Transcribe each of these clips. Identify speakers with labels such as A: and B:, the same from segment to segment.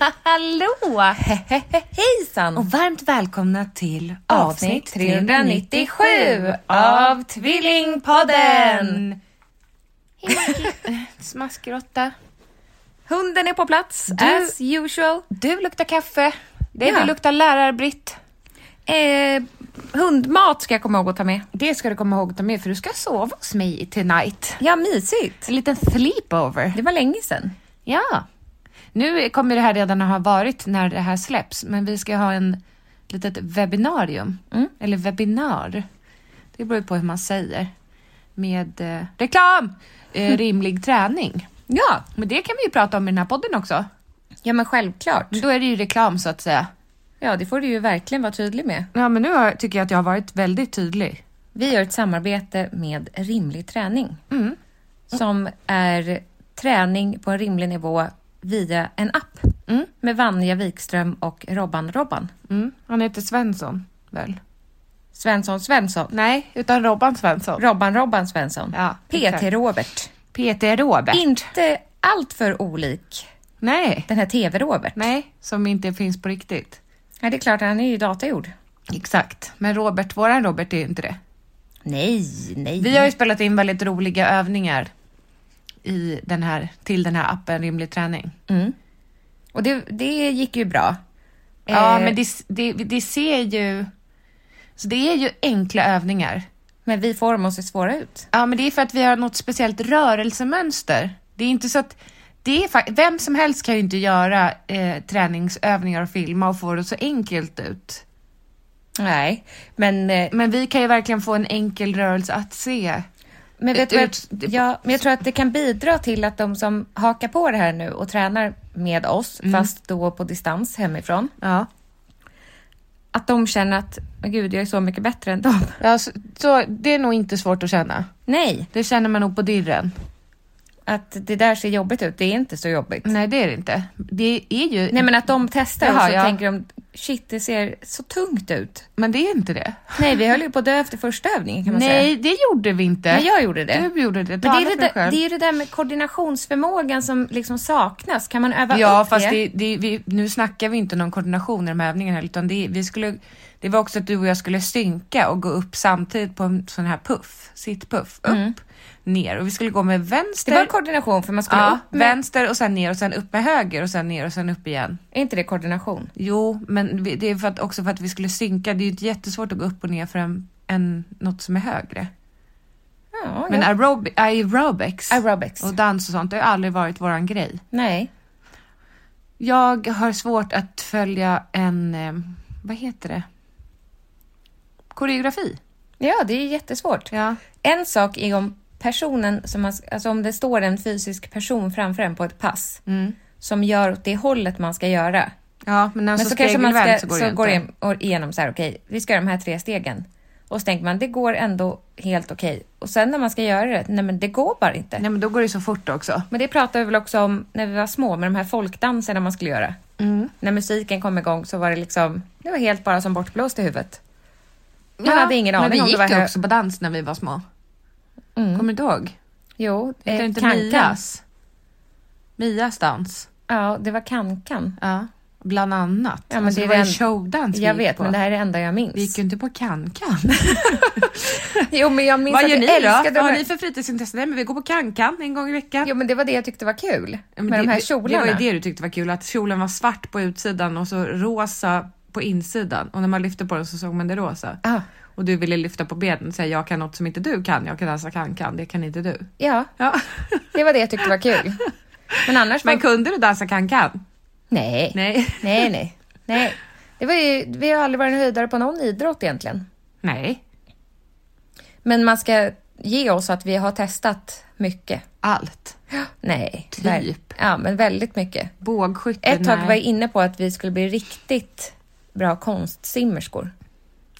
A: hallå! He, he, he, hejsan!
B: Och varmt välkomna till
A: avsnitt 397 av Tvillingpodden!
B: Smaskråtta.
A: Hunden är på plats,
B: Du-
A: as usual.
B: Du luktar kaffe. Det
A: Ja.
B: du luktar lärarbritt.
A: Eh, hundmat ska jag komma ihåg att ta med.
B: Det ska du komma ihåg att ta med för du ska sova hos mig tonight.
A: Ja, mysigt.
B: En liten sleepover.
A: Det var länge sedan.
B: Ja. Nu kommer det här redan att ha varit när det här släpps, men vi ska ha en litet webbinarium.
A: Mm.
B: Eller webbinar. Det beror ju på hur man säger. Med eh, reklam! Eh, rimlig träning.
A: Ja,
B: Men det kan vi ju prata om i den här podden också.
A: ja men självklart.
B: Men Då är det ju reklam så att säga.
A: Ja, det får du ju verkligen vara tydlig med.
B: Ja, men nu har, tycker jag att jag har varit väldigt tydlig.
A: Vi gör ett samarbete med Rimlig träning
B: Mm.
A: som är träning på en rimlig nivå via en app
B: Mm.
A: med Vanja Wikström och Robban-Robban.
B: Mm. Han heter Svensson, väl?
A: Svensson Svensson.
B: Nej, utan Robban Svensson.
A: Robban-Robban Svensson.
B: Ja,
A: PT Robert.
B: PT Robert.
A: Inte allt för olik
B: Nej.
A: den här TV-Robert.
B: Nej, som inte finns på riktigt.
A: Ja, det är klart, han är ju datagjord.
B: Exakt. Men Robert, våran Robert är inte det.
A: Nej, nej.
B: Vi har ju spelat in väldigt roliga övningar i den här, till den här appen Rimlig träning.
A: mm. Och det, det gick ju bra.
B: Ja,
A: Eh,
B: men det, det, det ser ju... Så det är ju enkla övningar.
A: men vi får dem att se svåra ut.
B: Ja, men det är för att vi har något speciellt rörelsemönster. Det är inte så att... Det är fa- vem som helst kan ju inte göra eh, träningsövningar och filma och få det så enkelt ut.
A: Nej, men, eh,
B: Men vi kan ju verkligen få en enkel rörelse att se.
A: men, vet du,
B: Ut-
A: vad- ja, men jag tror att det kan bidra till att de som hakar på det här nu och tränar med oss,
B: Mm.
A: fast då på distans hemifrån,
B: Ja.
A: att de känner att "Åh, gud, jag är så mycket bättre än dem.
B: ja så, så det är nog inte svårt att känna.
A: Nej,
B: Det känner man nog på dirren.
A: att det där ser jobbigt ut. Det är inte så jobbigt.
B: Nej, det är det inte. Det är ju...
A: Nej men att de testar och
B: Mm. Jaha,
A: så
B: ja.
A: tänker de, shit det ser så tungt ut.
B: men det är inte det.
A: Nej vi höll ju på att dö efter första övningen kan man säga.
B: Nej, det gjorde vi inte.
A: Men jag gjorde det.
B: Du gjorde det.
A: Men
B: Tala
A: det, är
B: för
A: det,
B: dig
A: där,
B: själv.
A: det är ju det där med koordinationsförmågan som liksom saknas. Kan man öva
B: Ja,
A: upp
B: fast
A: det?
B: det, det, vi, nu snackar vi inte någon koordination i de här övningarna, utan det, vi skulle, det var också att du och jag skulle synka och gå upp samtidigt på en sån här puff, sittpuff, upp,
A: Mm.
B: ner och vi skulle gå med
A: Det
B: vänster,
A: var koordination för man skulle
B: ja,
A: upp med...
B: vänster och sen ner och sen upp med höger och sen ner och sen upp igen.
A: Är inte det koordination?
B: Jo, men vi, det är för att, också för att vi skulle synka. Det är ju inte jättesvårt att gå upp och ner för en, en, något som är högre.
A: Ja,
B: Men Mm.
A: ja.
B: aerobi, aerobics
A: aerobics.
B: och dans och sånt, det har aldrig varit våran grej.
A: Nej.
B: Jag har svårt att följa en, eh, vad heter det? Koreografi.
A: Ja, det är jättesvårt.
B: Ja.
A: En sak är om personen som man, alltså om det står en fysisk person framför en på ett pass
B: Mm.
A: som gör åt det hållet man ska göra.
B: Ja, men när
A: Men
B: så,
A: så, kanske man ska,
B: spegelvänd
A: så
B: Alltså så går det
A: går
B: inte.
A: det och igenom så här, okej, vi ska göra de här tre stegen. Och så tänker man, det går ändå helt okej. Och sen när man ska göra det, nej men det går bara inte.
B: Nej, men då går det så fort också.
A: Men det pratade vi väl också om när vi var små med de här folkdanserna man skulle göra. När musiken kom igång så var det liksom, det var helt bara som bortblåst i huvudet. Man hade ingen aning
B: men
A: om
B: vi
A: det
B: gick
A: var
B: ju
A: hö-
B: också på dans när vi var små.
A: Mm.
B: Kommer du ihåg?
A: Jo,
B: Hette det
A: eh,
B: inte
A: kankan.
B: Mias? Mias dans.
A: Ja, det var kankan.
B: Ja. Bland annat.
A: Ja, men
B: alltså, det,
A: det är
B: var
A: den-
B: ju showdans
A: Jag
B: vi gick
A: vet,
B: på.
A: men det här är det enda jag minns.
B: Vi gick ju inte på kan-kan.
A: Jo, men jag minns
B: Vad
A: att
B: gör
A: jag
B: ni
A: älskade
B: då?
A: de
B: Vad har
A: här...
B: ni för fritidsintressen? Nej, men vi går på kan-kan en gång i veckan.
A: Jo, men det var det jag tyckte var kul.
B: Ja, men
A: med de
B: det-
A: här
B: det-
A: kjolarna.
B: Det var ju det du tyckte var kul, att kjolen var svart på utsidan och så rosa på insidan. Och när man lyfte på den så såg man det rosa.
A: Ah,
B: Och du ville lyfta på benen och säga jag kan något som inte du kan, jag kan dansa kan-kan, det kan inte du.
A: ja,
B: Ja.
A: det var det jag tyckte var kul. Men annars var...
B: Men kunde du dansa kan-kan?
A: Nej.
B: Nej.
A: Nej, nej. nej. Det var ju, vi har aldrig varit en höjdare på någon idrott egentligen.
B: Nej.
A: Men man ska ge oss att vi har testat mycket.
B: Allt.
A: Nej.
B: Typ.
A: väl- Ja, men väldigt mycket.
B: Bågskytte?
A: Ett tag
B: nej.
A: var jag inne på att vi skulle bli riktigt bra konstsimmerskor.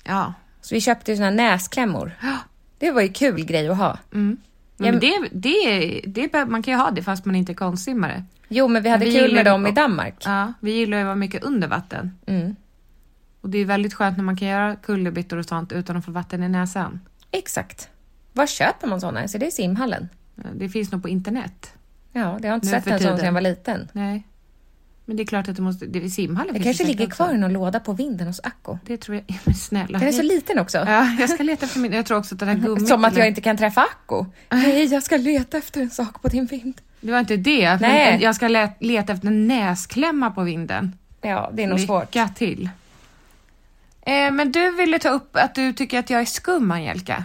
B: Ja.
A: Så vi köpte ju såna här näsklämmor.
B: Ja.
A: Det var ju kul grej att ha.
B: Mm.
A: Ja,
B: Men det, det, det, bör- man kan ju ha det fast man inte är konstsimmare.
A: Jo, men vi hade
B: Vi
A: kul med
B: gillade
A: dem i
B: dem.
A: Danmark.
B: Ja, vi gillar ju att vara mycket under vatten.
A: Mm.
B: Och det är ju väldigt skönt när man kan göra kullerbyttor och sånt utan att få vatten i näsan.
A: Exakt. Var köper man såna? Så det är simhallen.
B: Det finns nog på internet.
A: Ja, det har jag inte
B: Nu
A: sett
B: för
A: en sån
B: tiden.
A: sedan jag var liten.
B: Nej. Men det är klart att du måste, det, i simhallen
A: Det
B: finns
A: kanske
B: säkert
A: ligger
B: också.
A: kvar i någon låda på vinden hos Acko.
B: Det tror jag, men snälla.
A: Den är så
B: jag,
A: liten också.
B: ja, jag ska leta efter min, jag tror också att den här gummikillen.
A: Som att jag inte kan träffa Acko. Nej, jag ska leta efter en sak på din vind.
B: Det var inte det.
A: Nej.
B: Nej. Jag ska le- leta efter en näsklämma på vinden.
A: Ja, det är nog svårt.
B: Lycka till. Eh, men du ville ta upp att du tycker att jag är skum, Angelica.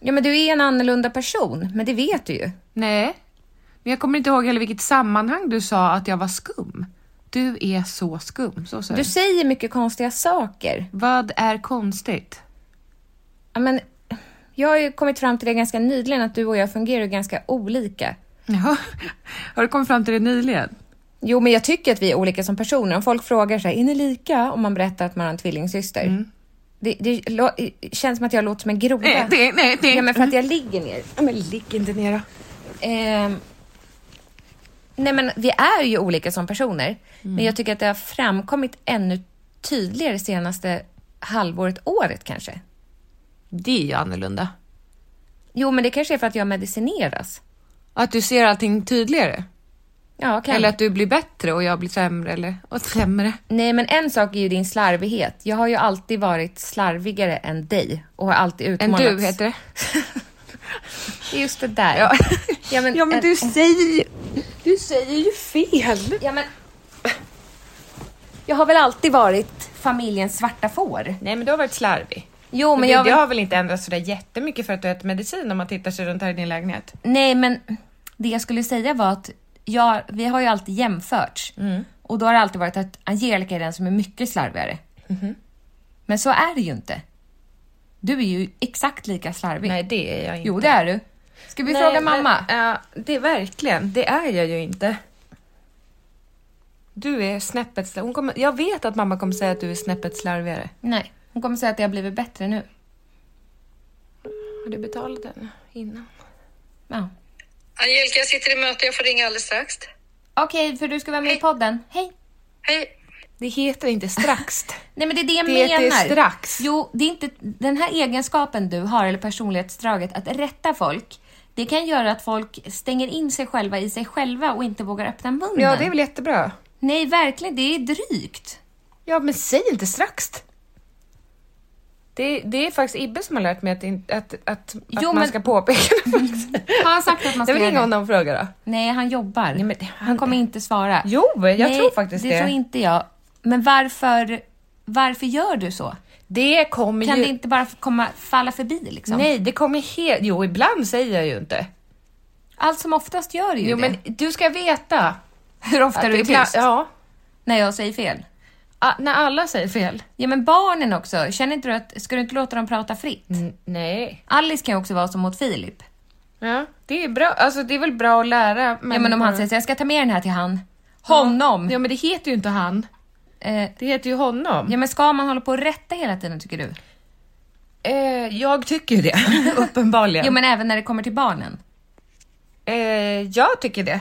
A: Ja, men du är en annorlunda person, men det vet du ju.
B: Nej. Men jag kommer inte ihåg heller vilket sammanhang du sa att jag var skum. Du är så skum, så sa
A: Du
B: du.
A: säger mycket konstiga saker.
B: Vad är konstigt?
A: Ja, men jag har ju kommit fram till det ganska nyligen att du och jag fungerar ju ganska olika.
B: Jaha. Har du kommit fram till det nyligen?
A: Jo, men jag tycker att vi är olika som personer. Om folk frågar så här, är ni lika? Om man berättar att man har en tvillingsyster. Det, det lå- känns som att jag låter som en groda.
B: Mm. Nej, det, Mm. nej, det.
A: Ja, men för att jag ligger ner. Ja, men ligg inte ner då. Ehm, nej, men vi är ju olika som personer.
B: Mm.
A: Men jag tycker att det har framkommit ännu tydligare senaste halvåret, året kanske.
B: det är ju annorlunda.
A: Jo, men det kanske är för att jag medicineras.
B: Att du ser allting tydligare.
A: Ja, kan.
B: Eller att du blir bättre och jag blir sämre eller och sämre.
A: Nej, men en sak är ju din slarvighet. Jag har ju alltid varit slarvigare än dig och har alltid
B: Än
A: utmanats.
B: du heter det.
A: det. Just det där.
B: Ja.
A: Ja, men, en-
B: säger ju, du säger ju fel.
A: Ja, men... Jag har väl alltid varit familjens svarta får.
B: Nej men du har varit slarvig.
A: Jo, men
B: det,
A: jag...
B: det
A: Vill...
B: har väl inte ändrats sådär jättemycket för att du äter medicin om man tittar sig runt här i din lägenhet?
A: Nej, men det jag skulle säga var att jag... vi har ju alltid jämförts.
B: Mm.
A: Och då har det alltid varit att Angelica är den som är mycket slarvigare.
B: Mm-hmm.
A: Men så är det ju inte. Du är ju exakt lika slarvig.
B: Nej det är jag inte.
A: Jo, det är du. Ska vi
B: Nej,
A: fråga
B: men-
A: mamma?
B: Ja, det är verkligen, det är jag ju inte. Du är snäppet slarv- hon kommer, Jag vet att mamma kommer säga att du är snäppet slarvigare.
A: Nej, hon kommer säga att jag har blivit bättre nu.
B: Har du betalat den innan?
A: Ja.
C: Angelica, jag sitter i möte. Jag får ringa alldeles strax.
A: Okej, för du ska vara med i podden. Hej!
C: Hej!
B: Det heter inte strax.
A: Nej, men det är det jag
B: Det
A: menar.
B: heter strax.
A: Jo, det är inte den här egenskapen du har, eller personlighetsdraget, att rätta folk. Det kan göra att folk stänger in sig själva i sig själva och inte vågar öppna munnen.
B: ja, det är väl jättebra.
A: Nej, verkligen. Det är drygt.
B: Ja, men säg inte strax. Det, det är faktiskt Ibbe som har lärt mig att, in- att, att, att
A: Jo,
B: man
A: men-
B: ska påpeka när folk
A: Har han sagt att
B: Jag
A: man ska
B: vill ringa
A: göra det?
B: honom och fråga då.
A: Nej, han jobbar.
B: Nej, men
A: Han kommer inte svara.
B: Jo, jag
A: Nej,
B: tror faktiskt
A: Det
B: det.
A: tror inte jag. Men varför, varför gör du så?
B: Det kommer
A: Kan
B: ju...
A: det inte bara komma, falla förbi liksom?
B: Nej, det kommer helt... Jo, ibland säger jag ju inte.
A: Allt som oftast gör ju
B: Jo,
A: det.
B: men du ska veta.
A: Hur ofta är du
B: ibland-
A: tyst?
B: Ja.
A: När jag säger fel.
B: Ah, när alla säger fel.
A: Ja men barnen också, känner inte du att, ska du inte låta dem prata fritt?
B: N- nej.
A: Alice kan ju också vara som mot Filip.
B: Ja, det är bra. Alltså, det är väl bra att lära
A: Ja men om han säger så, jag ska ta med den här till han. Honom!
B: eh, Ja, men det heter ju inte han.
A: Eh,
B: Det heter ju honom.
A: ja men ska man hålla på och rätta hela tiden tycker du?
B: Eh, jag tycker ju det, uppenbarligen.
A: Jo men även när det kommer till barnen.
B: Eh, jag tycker det.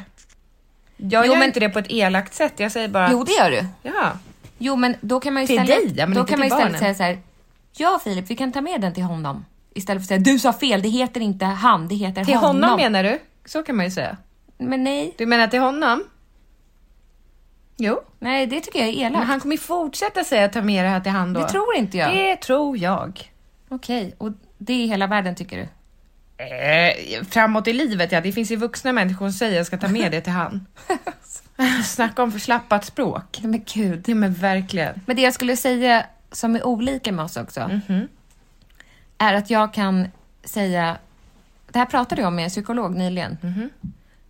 B: Jag
A: Jo,
B: gör
A: men-
B: inte det på ett elakt sätt. Jag säger bara...
A: Jo det gör du.
B: Ja.
A: Jo men då kan man ju
B: Till
A: istället,
B: dig, ja, men
A: då
B: inte
A: kan man
B: till
A: istället säga
B: barnen.
A: så här. Ja Filip, vi kan ta med den till honom. Istället för att säga du sa fel, det heter inte han, det heter
B: Till
A: honom.
B: honom. menar du? Så kan man ju säga.
A: Men nej,
B: Du menar till honom? Jo.
A: nej det tycker jag är
B: Men
A: elakt.
B: han kommer ju fortsätta säga ta med det här till han då.
A: Det tror inte jag.
B: Det tror jag.
A: Okej, och det är hela världen tycker du?
B: Eh, framåt i livet ja, det finns ju vuxna människor som säger jag ska ta med det till han. Snacka om förslappat språk.
A: Men gud.
B: Det men verkligen.
A: Men det jag skulle säga som är olika med oss också
B: Mhm.
A: är att jag kan säga, det här pratade jag med en psykolog nyligen,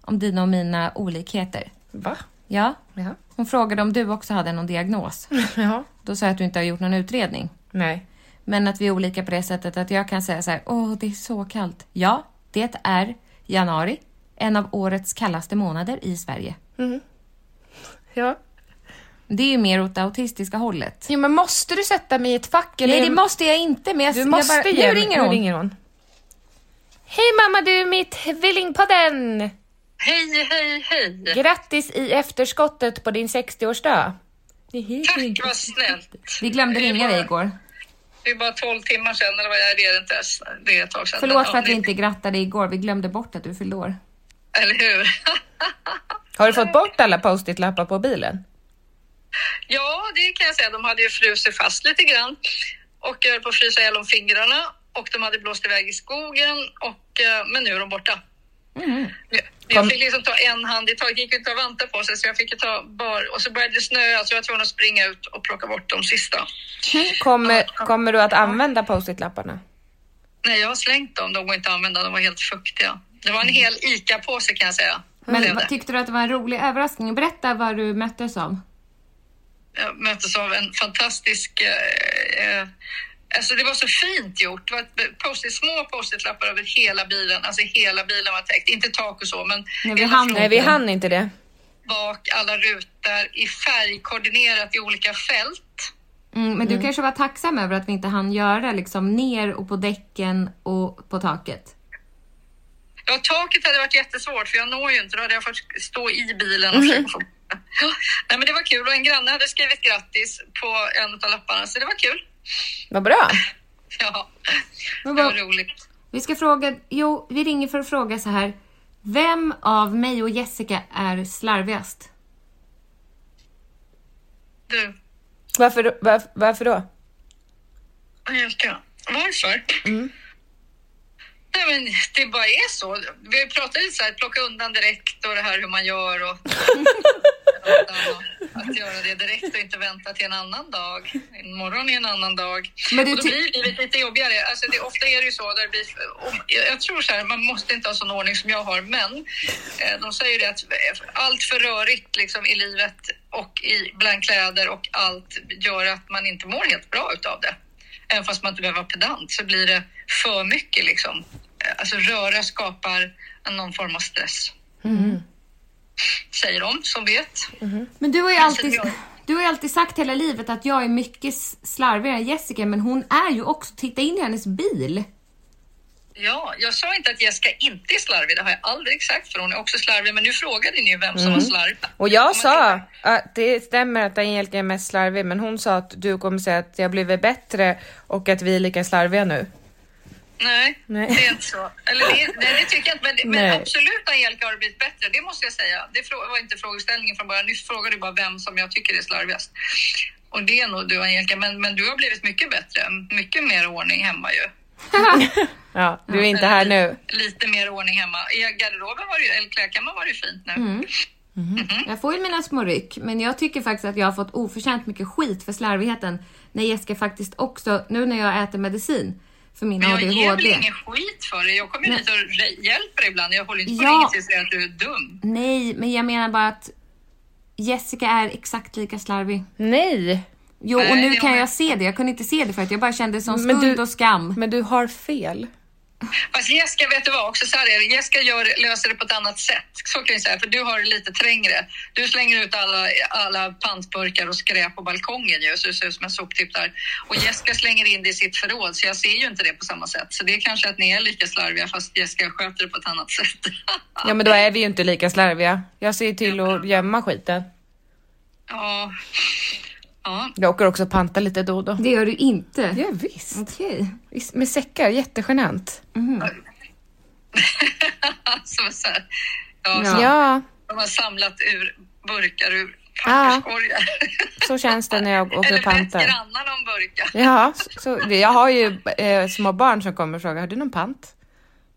A: om dina och mina olikheter.
B: Va?
A: Ja,
B: Ja.
A: hon frågade om du också hade någon diagnos.
B: ja.
A: Då sa jag att du inte har gjort någon utredning.
B: Nej.
A: Men att vi är olika på det sättet att jag kan säga så här, åh det är så kallt. Ja, det är januari, en av årets kallaste månader i Sverige.
B: Ja.
A: Det är ju mer åt det autistiska hållet.
B: Jo men måste du sätta mig i ett fack eller?
A: Nej, det måste jag inte. Men jag,
B: Du
A: jag
B: måste
A: bara,
B: ge
A: nu
B: mig-
A: ringer hon.
B: Nu ringer hon. Hej mamma du är mitt Tvillingpodden!
C: Hej, hej, hej!
B: Grattis i efterskottet på din 60-årsdag.
C: Tack, vad snällt!
A: Vi glömde ringa dig igår.
C: Det är bara 12 timmar sedan, eller vad är det? Det är inte ens. Det är ett tag sedan.
A: Förlåt för
C: Ja,
A: att vi
C: ni-
A: inte grattade igår. Vi glömde bort att du fyllde år.
C: Eller hur?
B: Har du fått bort alla post-it-lappar på bilen?
C: Ja, det kan jag säga. De hade ju frusit fast lite grann och jag höll på att frysa ihjäl om fingrarna och de hade blåst iväg i skogen och eh, men nu är de borta. Jag-
A: Mm. Kom-
C: Jag fick liksom ta en hand i taget, det gick ju inte att ha vantar på sig så jag fick ju ta bar och så började det snöa så jag var tvungen att springa ut och plocka bort de sista.
B: Kommer, kommer du att använda post-it-lapparna?
C: Nej, jag har slängt dem, de går inte att använda, de var helt fuktiga. Det var en hel ICA-påse kan jag säga.
A: Mm. Men
C: Blev
A: vad
C: det.
A: tyckte du att det var en rolig överraskning? Berätta vad du möttes av.
C: jag möttes av en fantastisk... Eh, eh, alltså det var så fint gjort. Det var ett post små post-it-lappar över hela bilen. Alltså hela bilen var täckt. Inte tak och så, men...
A: Nej, vi
C: hela
A: hann-
C: front,
B: Nej, vi hann inte det.
C: bak, alla rutor i färg koordinerat i olika fält.
A: Mm, men du kanske var tacksam över att vi inte hann göra liksom ner och på däcken och på taket.
C: Ja, taket hade varit jättesvårt för jag når ju inte. Då hade jag fått stå i bilen
A: Mhm.
C: och försöka få... Ja, Nej, men det var kul och en granne hade skrivit grattis på en av lapparna så det var kul.
B: Vad bra.
C: Ja, det
A: Men
C: var
A: vad,
C: roligt.
A: vi ska fråga, jo, vi ringer för att fråga så här. Vem av mig och Jessica är slarvigast?
C: Du,
B: Varför, varför, varför då?
C: Angelica, varför?
A: Mm.
C: Nej, men det bara är så. Vi pratade ju så här, plocka undan direkt och det här hur man gör och att göra det direkt och inte vänta till en annan dag. Imorgon är en annan dag.
A: Men det
C: och då
A: ty-
C: blir livet lite jobbigare. Alltså det, ofta är det ju så. Där det blir, om, jag tror så här, man måste inte ha sån ordning som jag har, men eh, de säger det att allt för rörigt liksom, i livet och i, bland kläder och allt gör att man inte mår helt bra utav det. Även fast man inte behöver vara pedant så blir det för mycket liksom. Eh, Alltså röra skapar någon form av stress.
A: Mm.
C: Säger de som vet.
A: Men du har ju
C: Kanske
A: alltid,
C: jag.
A: du har ju alltid sagt hela livet att jag är mycket slarvigare än Jessica, men hon är ju också, titta in i hennes bil.
C: Ja, jag sa inte att Jessica inte är slarvig, det har jag aldrig sagt för hon är också slarvig. Men nu frågade ni ju vem som var slarvig.
B: Mhm. Och jag
C: Om man
B: sa
C: tittar-
B: att det stämmer att Angelica är mest slarvig, men hon sa att du kommer säga att jag blivit bättre och att vi är lika slarviga nu.
C: Nej,
B: Nej.
C: det är inte så. Eller det, nej, det tycker jag inte. Men, det-
B: Nej.
C: men absolut Angelica har det blivit bättre, det måste jag säga. Det frå- var inte frågeställningen från början. Nyss frågade du bara vem som jag tycker är slarvigast. Och det är nog du Angelica, men, men du har blivit mycket bättre. Mycket mer ordning hemma ju. Mm.
B: Ja, du är inte här nu.
C: Lite mer ordning hemma. I garderoben var det ju, eller klädkammaren var det ju fint nu.
B: Mm.
A: Jag får ju mina små ryck, men jag tycker faktiskt att jag har fått oförtjänt mycket skit för slarvigheten. När Jessica faktiskt också, nu när jag äter medicin för min
C: Men jag ger väl
A: ADHD.
C: ingen skit för det. Jag kommer ju
A: Nej.
C: hit och re- hjälper dig ibland. Jag håller inte på
A: Ja.
C: ja. och säger att du är dum.
A: Nej, men jag menar bara att Jessica är exakt lika slarvig.
B: Nej,
A: Jo, och
C: Nej,
A: nu
C: det
A: kan
C: var-
A: jag se det. Jag kunde inte se det för att jag bara kände som
B: Men
A: skuld
B: du-
A: och skam.
B: men du har fel.
C: Fast Jessica, vet du vad? Också så här är det. Jessica gör, löser det på ett annat sätt. Så kan jag säga, för du har det lite trängre. Du slänger ut alla, alla pantburkar och skräp på balkongen ju, så det ser ut som en soptipp där. Och Jessica slänger in det i sitt förråd, så jag ser ju inte det på samma sätt. Så det är kanske att ni är lika slarviga, fast Jessica sköter det på ett annat sätt.
B: Ja, men då är vi ju inte lika slarviga. Jag ser ju till att gömma skiten.
C: ja. ja.
B: Jag åker också panta lite då och då.
A: Det gör du inte.
B: Ja, visst.
A: Okej. Mhm.
B: visst. Med säckar, jättegenant.
C: så, så här. Ja,
A: Ja.
C: Så
B: Ja,
C: de har samlat ur burkar ur
A: Ah.
B: Ja.
C: papperskorgar.
B: så känns det när jag åker
C: Eller
B: och pantar.
C: bett grannarna om burkar.
B: Ja, så- så, det- jag har ju eh, små barn som kommer och frågar, har du någon pant?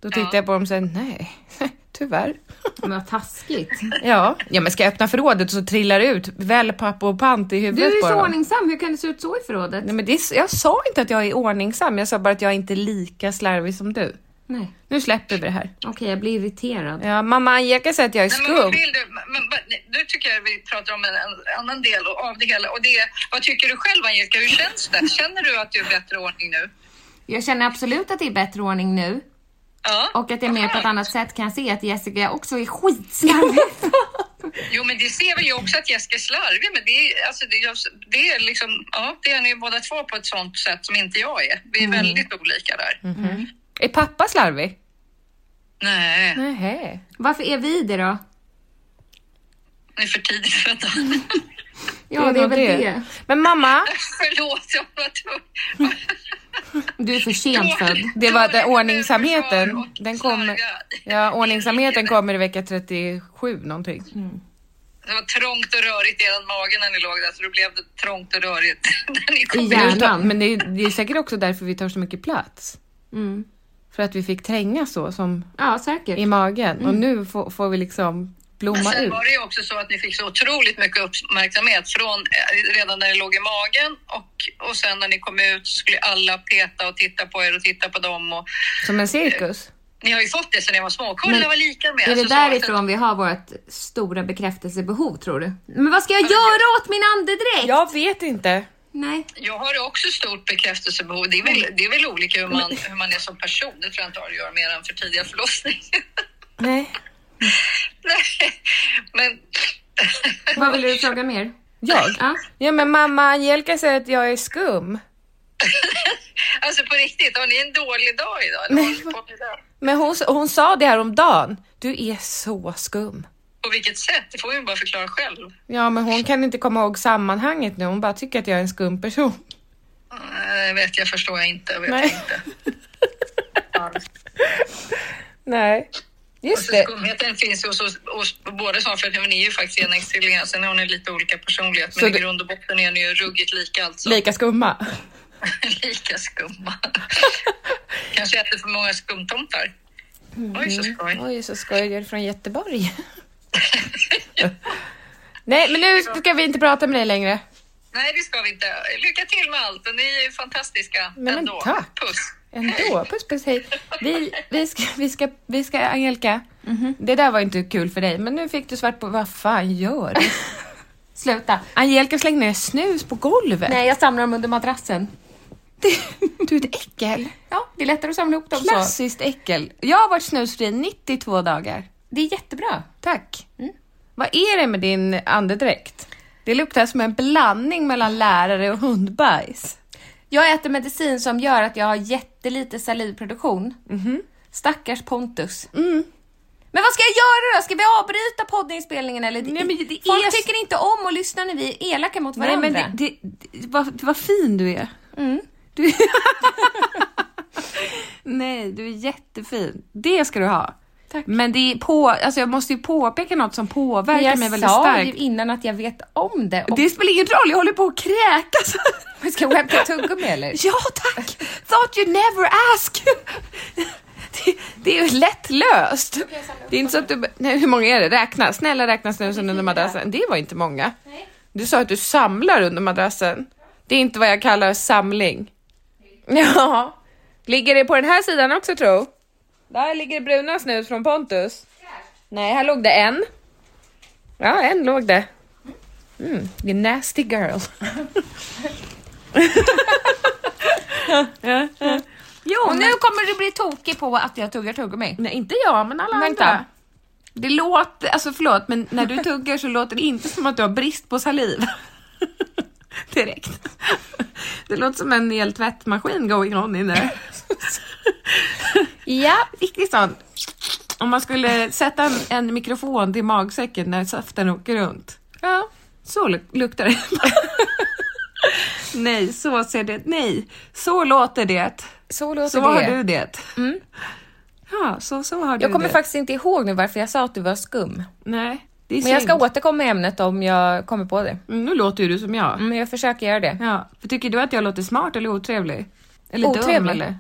B: Då tittar jag på dem och säger, nej, tyvärr.
A: Men vad taskigt.
B: Ja. ja, men ska jag öppna förrådet så trillar det ut wellpapp och pant i
A: Du
B: huvudet
A: är
B: på
A: så
B: dem.
A: ordningsam. Hur kan det se ut så i förrådet?
B: Nej, men det är, s- jag sa inte att jag är ordningsam, jag sa bara att jag är inte lika slarvig som du.
A: Nej.
B: Nu släpper vi det här.
A: Okej, jag blir irriterad.
B: Ja, mamma Angelica säger att jag är
C: Nej, men vad
B: skum.
C: vill du? Men, men, nej, nu tycker jag vi pratar om en, en annan del och- av det hela. Och det, är, vad tycker du själv Angelica? Hur känns det? Känner du att du är i bättre ordning nu?
A: Jag känner absolut att det är bättre ordning nu
C: Ja.
A: och att det är mer på ett annat sätt kan jag se att Jessica också är skitslarvig.
C: Jo, men det ser vi ju också att Jessica är slarvig. Men det, är- alltså, det, är- det är liksom, ja, det är ni båda två på ett sånt sätt som inte jag är. Vi är
A: Mm.
C: väldigt olika där.
A: Mm-hmm.
B: Är pappa slarvig?
C: Nej,
B: Nej.
A: Varför är vi det då?
C: ni är för tidigt födda.
A: Ja, det är
B: nog
A: väl det.
B: Men mamma,
C: Förlåt, jag var tvungen.
A: Du är för sent född.
B: det var den
C: Dåligt
B: ordningsamheten.
C: självförsvar och
B: Den kommer,
C: slarviga.
B: ja, ordningsamheten kommer i vecka 37 någonting.
C: det var trångt och rörigt i eran mage när ni låg där, så då blev det trångt och rörigt när ni kom
A: I
C: ut.
A: hjärnan.
B: Utan, men det är, det är säkert också därför vi tar så mycket plats.
A: Mm.
B: För att vi fick tränga så som
A: Ja,
B: i
A: säkert.
B: magen. Och nu får, får vi liksom
C: Men
B: blomma
C: sen
B: ut.
C: var det ju också så att ni fick så otroligt mycket uppmärksamhet från eh, redan när ni låg i magen och, och sen när ni kom ut så skulle alla peta och titta på er och titta på dem. Och,
B: Som en cirkus.
C: ni har ju fått det sen ni var små. Kolla
A: Men
C: vad lika med. alltså
A: Är det
C: Så sa
A: därifrån vi har vårt stora bekräftelsebehov, tror du? Men vad ska jag göra åt min andedräkt?
B: Jag vet inte.
A: Nej.
C: att Jag har också stort bekräftelsebehov. Det är väl, det är väl olika hur man, hur man är som person. Det tror jag inte har att göra mer än för tidiga förlossningar.
B: Nej.
C: Nej, men...
A: Vad vill du fråga mer?
B: Jag?
A: Ja.
B: Ja men mamma Angelica säger att jag är skum.
C: Alltså på riktigt, har ni en dålig dag idag? Eller vad håller ni på med idag?
B: Men hon, hon sa det här om dagen. Du är så skum.
C: På vilket sätt? Det får ju bara förklara själv.
B: Ja men hon kan inte komma ihåg sammanhanget nu. Hon bara tycker att jag är en skum person.
C: Nej, vet jag, förstår jag inte. Vet
B: Nej.
C: Jag inte.
B: Nej. Just
C: Alltså,
B: det.
C: skumheten finns ju hos, hos, hos båda sådana, för ni är ju faktiskt enäggstvillingar. Sen har ni lite olika personlighet, men
B: Så
C: i
B: det-
C: grund och botten är ni ju ruggigt lika alltså.
B: Lika skumma.
C: lika skumma. Kanske äter för många skumtomtar. Oj, så skoj.
B: Mm. Oj så skojar du från Göteborg. Nej men nu ska vi inte prata med dig längre.
C: Nej, det ska vi inte. Lycka till med allt. och Ni är ju fantastiska
B: Men, men
C: ändå.
B: tack.
C: Puss.
B: Ändå, puss puss hej. Vi, vi, ska, vi, ska, vi ska, Angelica, det där var inte kul för dig, men nu fick du svart på vad fan gör du?
A: Sluta.
B: Angelica slängde ner snus på golvet.
A: Nej, jag samlar dem under madrassen.
B: Det- Du är ett äckel.
A: Ja, det är lättare att samla ihop dem så.
B: Klassiskt äckel. Jag har varit snusfri 92 dagar.
A: Det är jättebra. Mm.
B: Tack. Vad är det med din andedräkt? Det luktar som en blandning mellan lärare och hundbajs.
A: Jag äter medicin som gör att jag har jättelite salivproduktion.
B: Mhm.
A: Stackars Pontus.
B: Mm.
A: Men vad ska jag göra då? Ska vi avbryta poddinspelningen eller?
B: Nej, men det
A: Folk
B: är-
A: tycker inte om att lyssna när vi är Mm. elaka mot varandra.
B: Nej men det, det, det, vad, vad fin du är. Du... Nej, du är jättefin. Det ska du ha.
A: Tack.
B: Men det är på, alltså jag måste ju påpeka något som påverkar mig
A: jag
B: väldigt
A: sa ju
B: starkt.
A: innan att jag vet om det. Och
B: Det spelar ingen roll, jag håller på att kräkas.
A: Ska jag hämta tuggummi eller?
B: ja tack! Thought you never ask. det, det är ju lättlöst. Det är inte så att du, be- nej, hur många är det? Räkna, snälla räkna snusen under madrassen. Det var inte många. Du sa att du samlar under madrassen. Det är inte vad jag kallar samling. Ja. Ligger det på den här sidan också tro? Där ligger det bruna snus från Pontus. Nej, här låg det en. Ja, en låg det. Mm, det är nasty girl. jo,
A: Och nu kommer du bli tokig på att jag tuggar tuggummi.
B: Nej, inte jag, men alla
A: Vänta.
B: andra. Det låter, alltså förlåt, men när du tuggar så låter det inte som att du har brist på saliv. Direkt. Det låter som en hel tvättmaskin going on in there. ja, riktigt sån. Om man skulle sätta en, en mikrofon till magsäcken när saften åker runt. Ja, så luk- luktar det. nej, så ser det, nej, så låter det.
A: Så låter
B: Så har du det. Ja, så, så har du
A: Mm. Jag kommer
B: det.
A: faktiskt inte ihåg nu varför jag sa att du var skum.
B: Nej, det är
A: Men jag ska
B: synd.
A: återkomma i ämnet om jag kommer på det.
B: Mm, Nu låter ju du som jag.
A: Men jag försöker göra det.
B: Ja. För tycker du att jag låter smart eller otrevlig? Eller dum
A: Otrevlig.
B: eller?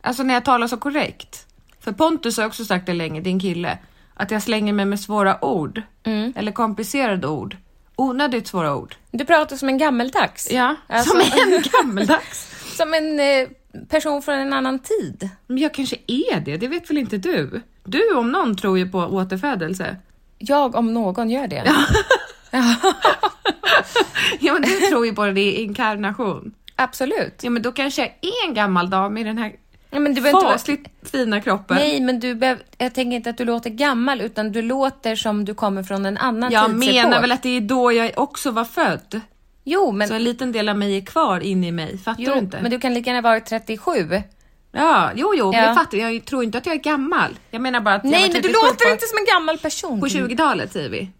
B: Alltså när jag talar så korrekt. För Pontus har också sagt det länge, din kille, att jag slänger mig med svåra ord.
A: Mm.
B: Eller komplicerade ord. Onödigt svåra ord.
A: Du pratar som en gammeldags.
B: Ja,
A: Alltså-
B: som en gammeldags.
A: Som en eh, person från en annan tid.
B: Men jag kanske är det, det vet väl inte du? Du om någon tror ju på återfödelse.
A: Jag om någon gör det.
B: Ja, men du tror ju på det i inkarnation.
A: Absolut.
B: Ja, men då kanske jag är en gammal dam i den här
A: Ja, men du behöver inte vara-
B: fasligt fina kroppen.
A: Nej, men du behöver, jag tänker inte att du låter gammal utan du låter som du kommer från en annan
B: Jag
A: tidsepok.
B: menar väl att det är då jag också var född.
A: Jo, men,
B: Så en liten del av mig är kvar inne i mig, fattar
A: jo,
B: du inte?
A: men du kan lika gärna vara 37.
B: Ja, jo, jo, men
A: Ja.
B: jag fattar. Jag tror inte att jag är gammal. Jag menar bara att jag
A: Nej,
B: var
A: men du
B: 37
A: låter
B: på,
A: inte som en gammal person.
B: På 20-talet säger vi.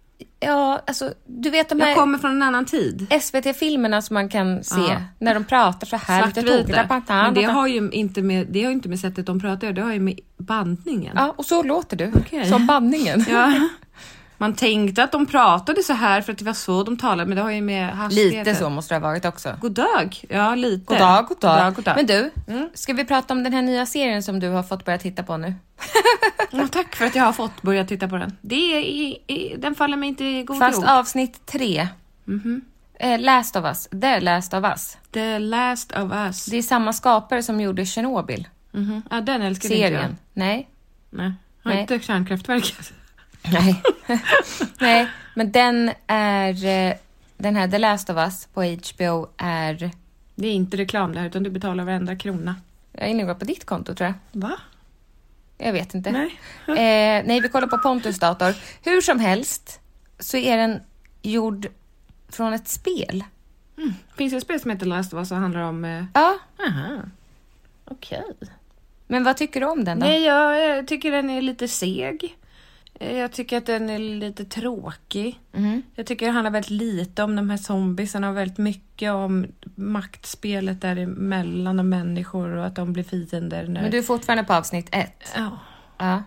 A: Ja, alltså du vet de här
B: Jag kommer från en annan tid.
A: SVT-filmerna som man kan se
B: Ja.
A: när de pratar så här lite tokigt. där, pan,
B: Men
A: pan,
B: det
A: pan.
B: har ju inte med, det har ju inte med sättet de pratar, det har ju med bandningen.
A: Ja, och så låter du.
B: Okej.
A: Som bandningen.
B: Ja. Man tänkte att de pratade så här för att det var så de talade, men det har ju med hastigheten...
A: Lite så måste det ha varit också.
B: God dag. Ja, lite.
A: God dag, god dag.
B: god dag.
A: Men du,
B: Mm.
A: ska vi prata om den här nya serien som du har fått börja titta på nu?
B: Ja, tack för att jag har fått börja titta på den. Det är, i- i- den faller mig inte i god
A: Fast
B: jord. Mhm.
A: avsnitt tre. Eh, Last of us. The Last of us.
B: The last of us.
A: Det är samma skapare som gjorde Tjernobyl.
B: Mhm. Ja, den älskar inte jag.
A: Serien. Nej.
B: Nej. Har
A: Nej.
B: inte kärnkraftverket.
A: Nej. Nej, men den är... eh, Den här The Last of Us på HBO är...
B: Det är inte reklam där, utan du betalar varenda krona.
A: Jag är inne och går på ditt konto tror jag.
B: Va?
A: Jag vet inte.
B: Nej.
A: Eh, nej, vi kollar på Pontus dator. Hur som helst så är den gjord från ett spel.
B: Finns det ett spel som heter Last of Us som handlar om... Eh...
A: Ja,
B: Aha. Okej.
A: men vad tycker du om den då?
B: Nej, jag eh, tycker den är lite seg. Eh, Jag tycker att den är lite tråkig.
A: Mhm.
B: Jag tycker det handlar väldigt lite om de här zombiesarna och väldigt mycket om maktspelet däremellan och människor och att de blir fiender. När...
A: Men du är fortfarande på avsnitt ett.
B: Ja.
A: Ja.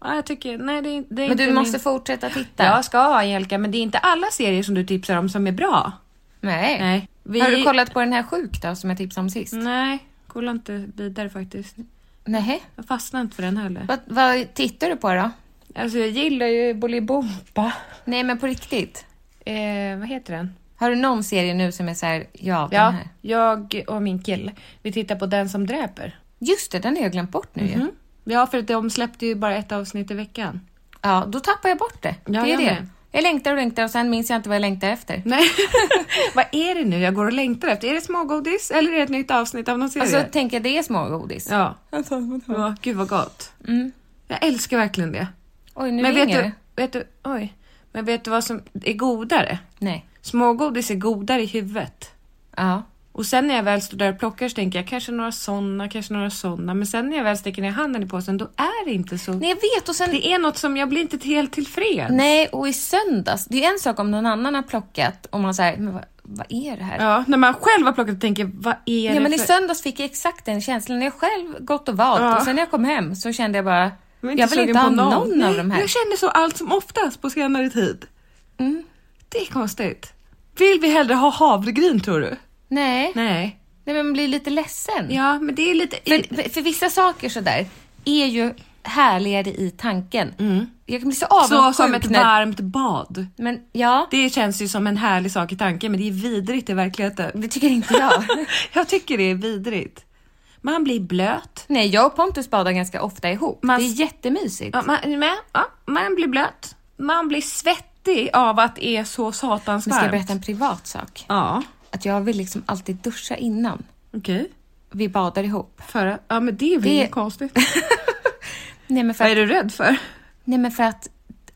B: ja, jag tycker... Nej, det är, det är
A: Men du
B: inte
A: måste
B: min...
A: fortsätta titta.
B: Jag ska, Angelica, men det är inte alla serier som du tipsar om som är bra.
A: Nej.
B: Nej. Vi... Mm.
A: Har du kollat på den här sjuk då, som jag tipsade om sist?
B: Nej, kolla inte vidare faktiskt.
A: Nej.
B: Jag fastnar inte för den heller.
A: Vad, vad tittar du på då?
B: Alltså jag gillar ju Bolibompa.
A: Nej, men på riktigt.
B: Eh, vad heter den?
A: Har du någon serie nu som är så här, ja,
B: Ja,
A: den här?
B: jag och min kille, vi tittar på Den som dräper.
A: Just det, den har jag glömt bort nu ju.
B: Mm. Ja, för att de släppte ju bara ett avsnitt i veckan.
A: Ja, då tappar jag bort det.
B: Ja,
A: det är
B: jag
A: det.
B: med.
A: Jag längtar och längtar och sen minns jag inte vad jag längtar efter.
B: Nej, vad är det nu jag går och längtar efter? Är det smågodis eller är det ett nytt avsnitt av någon serie?
A: Och så tänker jag, det är smågodis.
B: ja. ja, gud vad gott.
A: Mm.
B: Jag älskar verkligen det.
A: Oj, nu
B: Men vet
A: ringer
B: du, vet du, oj. Men vet du vad som är godare?
A: Nej.
B: Smågodis är godare i huvudet.
A: Ja.
B: Och sen när jag väl står där och plockar så tänker jag kanske några sådana, kanske några sådana. Men sen när jag väl sticker ner handen i påsen då är det inte så.
A: Nej, jag vet och sen...
B: Det är något som jag blir inte helt tillfreds.
A: Nej, och i söndags. Det är en sak om någon annan har plockat och man säger, men vad, vad är det här?
B: Ja, när man själv har plockat och tänker vad är
A: Ja,
B: det
A: men i
B: för...
A: söndags fick jag exakt den känslan. När jag själv gått och valt
B: Ja.
A: och sen när jag kom hem så kände jag bara,
B: Men
A: jag vill
B: sugen
A: inte
B: på
A: ha någon, av
B: Nej,
A: de här.
B: Jag känner så allt som oftast på senare tid.
A: Mm.
B: Det är konstigt. Vill vi hellre ha havregryn tror du?
A: Nej. Nej.
B: Nej.
A: men man blir lite ledsen.
B: Ja, men det är lite...
A: För, för vissa saker sådär är ju härligare i tanken. Jag kan bli så
B: Mm. så som
A: avundsjuk
B: ett
A: när...
B: varmt bad.
A: Men ja,
B: Det känns ju som en härlig sak i tanken, men det är vidrigt i verkligheten.
A: det tycker inte jag.
B: Jag tycker det är vidrigt. Man blir blöt.
A: Nej, jag och Pontus badar ganska ofta ihop.
B: Man-
A: Det är jättemysigt.
B: Ja, man, är ni med? Ja, man blir blöt. Man blir svettig av att det är så satans
A: Men ska jag
B: varmt.
A: berätta en privat sak?
B: Ja,
A: Att jag vill liksom alltid duscha innan
B: okej.
A: vi badar ihop.
B: För, ja, men det är väl
A: Det-
B: inget konstigt.
A: Nej men för
B: Vad är
A: att,
B: du rädd för?
A: nej, men för att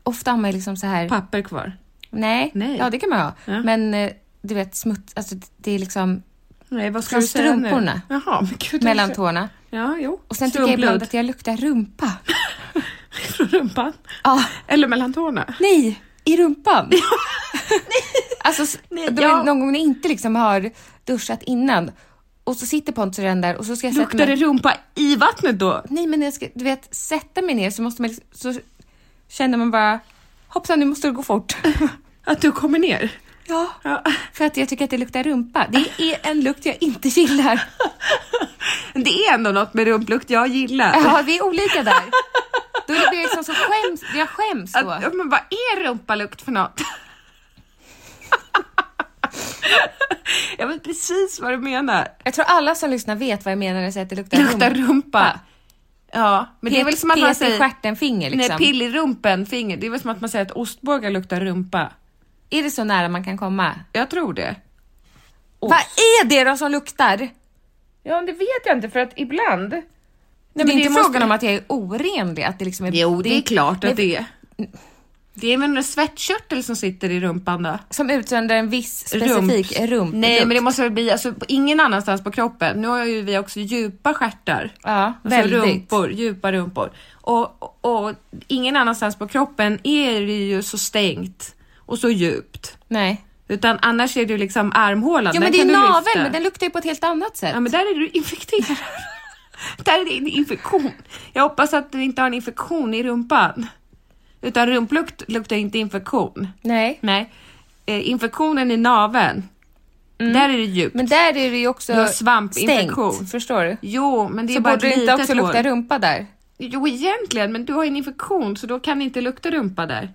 A: ofta har man ju liksom så här...
B: Papper kvar?
A: Nej,
B: Nej.
A: ja det kan man ha.
B: Ja.
A: Men eh, du vet smuts, alltså det- det är liksom
B: Nej, vad ska
A: Från
B: du säga nu?
A: strumporna.
B: Jaha, men gud. det
A: mellan
B: är så-
A: tårna.
B: Ja, jo.
A: Och sen tycker jag
B: Strumpludd.
A: ibland att jag luktar rumpa.
B: Från rumpan?
A: Ja.
B: Eller mellan tårna?
A: Nej, i rumpan! alltså, s-
B: Nej,
A: då
B: ja.
A: är det någon gång när jag inte liksom har duschat innan och så sitter Pontus redan där och så ska jag sätta
B: Luktar
A: mig...
B: det rumpa i vattnet då?
A: Nej, men när jag ska, du vet, sätta mig ner så måste man liksom, så känner man bara hoppsan, nu måste det gå fort.
B: Att du kommer ner?
A: ja,
B: Ja.
A: för att jag tycker att det luktar rumpa. Det är en lukt jag inte gillar.
B: Det är ändå något med rumplukt jag gillar.
A: Ja, vi är olika där. Då blir jag liksom så skäms, jag skäms då.
B: Att, ja, men vad är rumpalukt för något? jag vet precis vad du menar.
A: Jag tror alla som lyssnar vet vad jag menar när jag säger att det luktar,
B: Luktar rumpa. Ja, men det är
A: Pet-
B: väl som att man
A: pet i
B: säger...
A: stjärtenfinger, liksom.
B: Nej, pill i rumpen, finger. Det är väl som att man säger att ostbågar luktar rumpa.
A: Är det så nära man kan komma?
B: Jag tror det.
A: Vad är det då som luktar?
B: Ja, det vet jag inte för att ibland... Nej,
A: det är inte frågan om att jag är orenlig, att det liksom är...
B: Jo, det är klart att
A: det...
B: det är. Det är väl en svettkörtel som sitter i rumpan då?
A: Som utsöndrar en viss specifik
B: Rumps-
A: rump.
B: Nej, men det måste väl bli alltså, på ingen annanstans på kroppen. Nu har ju vi också djupa stjärtar.
A: Ja,
B: Alltså
A: väldigt.
B: rumpor, djupa rumpor. Och, och, och ingen annanstans på kroppen är det ju så stängt och så djupt.
A: Nej.
B: Utan annars är det ju liksom armhålan.
A: Jo,
B: Den
A: men det är
B: kan du lyfta.
A: naveln, men den luktar ju på ett helt annat sätt.
B: Ja, men där är du infekterad. där är din infektion. Jag hoppas att du inte har en infektion i rumpan. Utan rumplukt luktar inte infektion.
A: Nej.
B: Nej. Eh, infektionen i naveln,
A: Mm.
B: där är det djupt.
A: Men där är det ju också
B: Du har svampinfektion.
A: stängt, förstår du?
B: Jo, men det är
A: Så
B: bara
A: borde det
B: ett
A: inte
B: litet
A: också
B: hål.
A: lukta rumpa där?
B: Jo, egentligen, men du har ju en infektion så då kan det inte lukta rumpa där.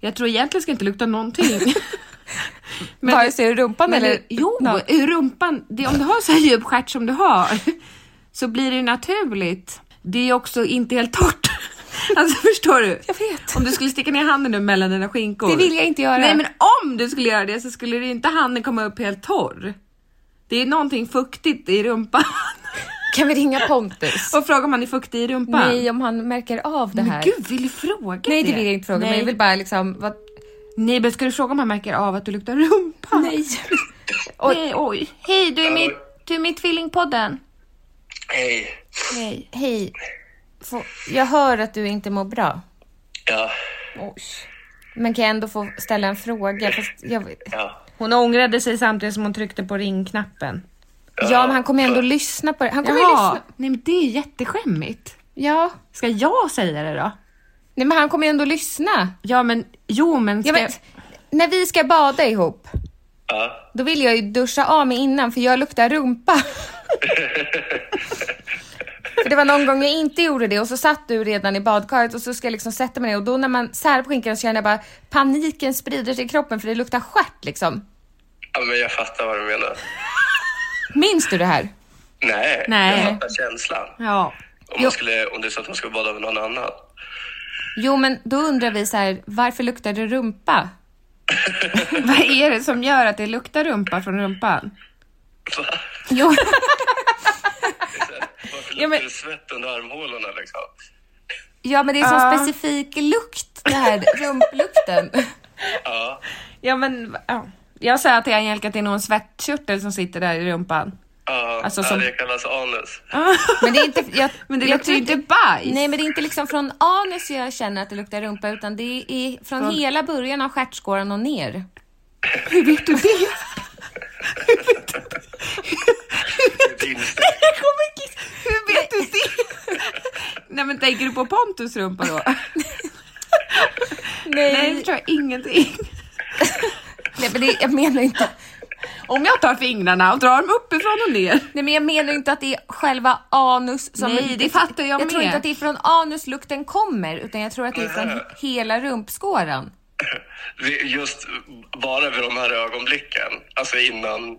B: Jag tror egentligen ska det inte lukta någonting. Men
A: Vare sig i rumpan
B: men
A: eller...
B: det- Jo,
A: Ja.
B: i rumpan, det, om du har så här djup stjärt som du har så blir det ju naturligt. Det är ju också inte helt torrt. Alltså förstår du?
A: Jag vet.
B: Om du skulle sticka ner handen nu mellan dina skinkor.
A: Det vill jag inte göra.
B: Nej men om du skulle göra det så skulle det inte handen komma upp helt torr. Det är någonting fuktigt i rumpan.
A: Kan vi ringa Pontus?
B: Och fråga om han är fuktig i rumpan.
A: Nej, om han märker av det
B: Men
A: här.
B: gud, vill du fråga
A: Nej, det vill jag inte fråga.
B: Nej.
A: Men jag vill bara liksom... Vad...
B: Nej, men ska du fråga om han märker av att du luktar rumpa?
A: Nej.
B: Oj. Nej, oj. Hej, du är med, du är med i Tvillingpodden.
D: Hej.
A: Nej. Hej. Få... Jag hör att du inte mår bra.
D: Ja,
A: Oj. Men kan jag ändå få ställa en fråga? Fast jag...
D: ja.
E: Hon ångrade sig samtidigt som hon tryckte på ringknappen.
A: Ja, men han kommer ju ändå lyssna på det. Han kommer ju
B: Ja.
A: lyssna.
B: Nej, men det är jätteskämmigt.
A: Ja.
B: Ska jag säga det då?
A: Nej, men han kommer ju ändå lyssna.
B: Ja, men jo, men
A: Ja,
B: ska...
A: men, när vi ska bada ihop,
D: ja.
A: då vill jag ju duscha av mig innan för jag luktar rumpa. för det var någon gång jag inte gjorde det och så satt du redan i badkaret och så ska jag liksom sätta mig ner och då när man sär på skinkan så känner jag bara paniken sprider sig i kroppen för det luktar stjärt liksom.
D: ja men jag fattar vad du menar.
A: Minns du det här?
D: Nej,
B: Nej.
D: jag fattar känslan.
B: Ja.
D: Om,
A: Jo.
D: man skulle, om det är så att man ska bada med någon annan.
A: Jo, men då undrar vi så här, varför luktar det rumpa?
B: Vad är det som gör att det luktar rumpa från rumpan?
D: Va?
A: Jo,
D: Varför
A: Ja, men-
D: luktar det svett under armhålorna liksom?
A: ja, men det är så
B: Ja.
A: specifik lukt, det här rumplukten.
D: Ja,
B: Ja, men... Ja. Jag säger till Angelica att det är någon svettkörtel som sitter där i rumpan.
D: ja.
B: Alltså,
D: ja
B: som-
D: det kallas anus.
A: Men det är inte, jag,
B: Men det
A: jag
B: luktar
A: tror
B: ju inte bajs.
A: Nej, men det är inte liksom från anus jag känner att det luktar rumpa, utan det är från hela början av stjärtskåran och ner.
B: Hur vet du det?
D: Det är instängt.
B: Jag kommer kissa. Hur vet du det? Nej men tänker du på Pontus rumpa då? Nej det tror jag ingenting.
A: Nej, men det, jag menar inte.
B: Om jag tar fingrarna och drar dem uppifrån och ner.
A: Nej, men jag menar inte att det är själva anus som...
B: Nej, det fattar jag
A: Jag tror
B: med.
A: inte att det är från anus lukten kommer, utan jag tror att det är från
D: Nähä.
A: hela rumpskåran.
D: Vi- Just bara vid de här ögonblicken. Alltså innan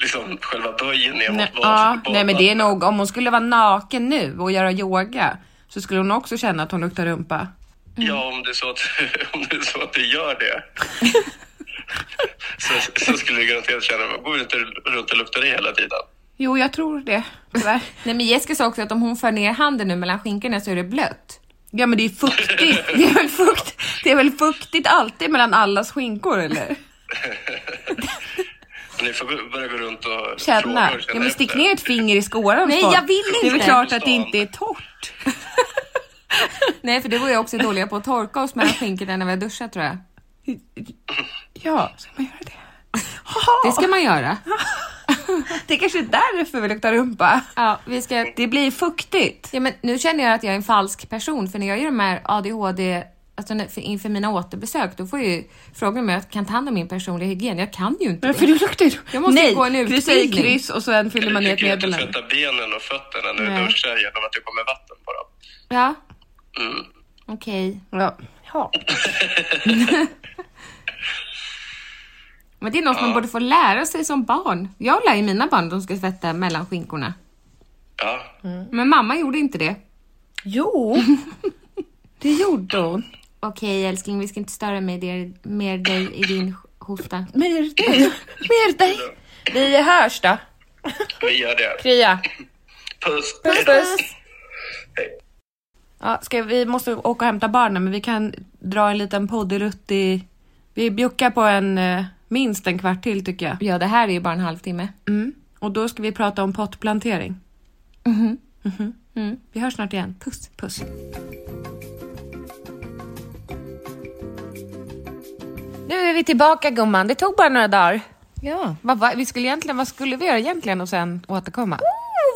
D: liksom själva böjen ner
B: Nej,
D: mot
B: ja,
D: bad-
B: nej men det är
D: badvattnet.
B: nog, om hon skulle vara naken nu och göra yoga så skulle hon också känna att hon luktar rumpa.
D: Ja, om det är så att, om det är så att du gör det. så, så skulle jag garanterat känna mig, går inte runt och luktar det hela tiden?
B: Jo jag tror det, tyvärr.
A: Nej, men Jessica sa också att om hon för ner handen nu mellan skinkorna så är det blött.
B: Ja men det är fuktigt, det är väl, fukt, det är väl fuktigt alltid mellan allas skinkor eller?
D: Ni får börja gå runt och
B: Känna.
D: fråga och
B: Ja men stick
D: efter.
B: ner ett finger i skåran
A: Nej,
B: folk.
A: jag vill
B: Det är väl
A: inte.
B: klart att det inte är torrt.
A: Nej, för det var ju också dåliga på att torka oss mellan skinkorna när vi har duschat tror jag.
B: Ja, ska man göra det?
A: Det ska man göra.
B: Det kanske är därför vi luktar rumpa.
A: Ja, vi ska
B: Det blir fuktigt.
A: Ja, men nu känner jag att jag är en falsk person för när jag gör de här ADHD, alltså när- för- inför mina återbesök, då får jag ju frågan om jag kan ta hand om min personliga hygien. Jag kan ju inte
B: För
A: det.
B: du luktar ju...
A: Jag måste
B: Nej,
A: gå en
B: kryssa i
A: utbildning.
B: kryss och sen fyller man i
D: Jag
B: ett
D: tycker att du
B: meddelande.
D: tvättar benen och fötterna när du
B: Nej.
D: duschar genom att det kommer vatten på dem.
A: Ja,
D: Mm.
A: okej.
B: Ja. Ja.
A: Men det är något man borde få lära sig som barn. Jag lär ju mina barn att de ska tvätta mellan skinkorna.
D: Ja.
B: Mm.
A: Men mamma gjorde inte det.
B: Jo, det gjorde hon.
A: Okej älskling, vi ska inte störa med dig, mer dig i din hosta.
B: Mer dig. Mer dig. Vi hörs då.
D: Vi gör det.
B: Krya.
D: Puss!
B: Puss puss.
D: Hej.
B: Ja, ska, vi måste åka och hämta barnen men vi kan dra en liten podderutt i... Vi bjuckar på en eh, minst en kvart till tycker jag.
A: Ja, det här är ju bara en halvtimme.
B: Mm. Och då ska vi prata om pottplantering. Mhm. Vi hörs snart igen. Puss. Puss.
A: Nu är vi tillbaka gumman, det tog bara några dagar. Ja.
B: Vad, vad, vi skulle egentligen, vad skulle vi göra egentligen och sen återkomma?
A: Oh,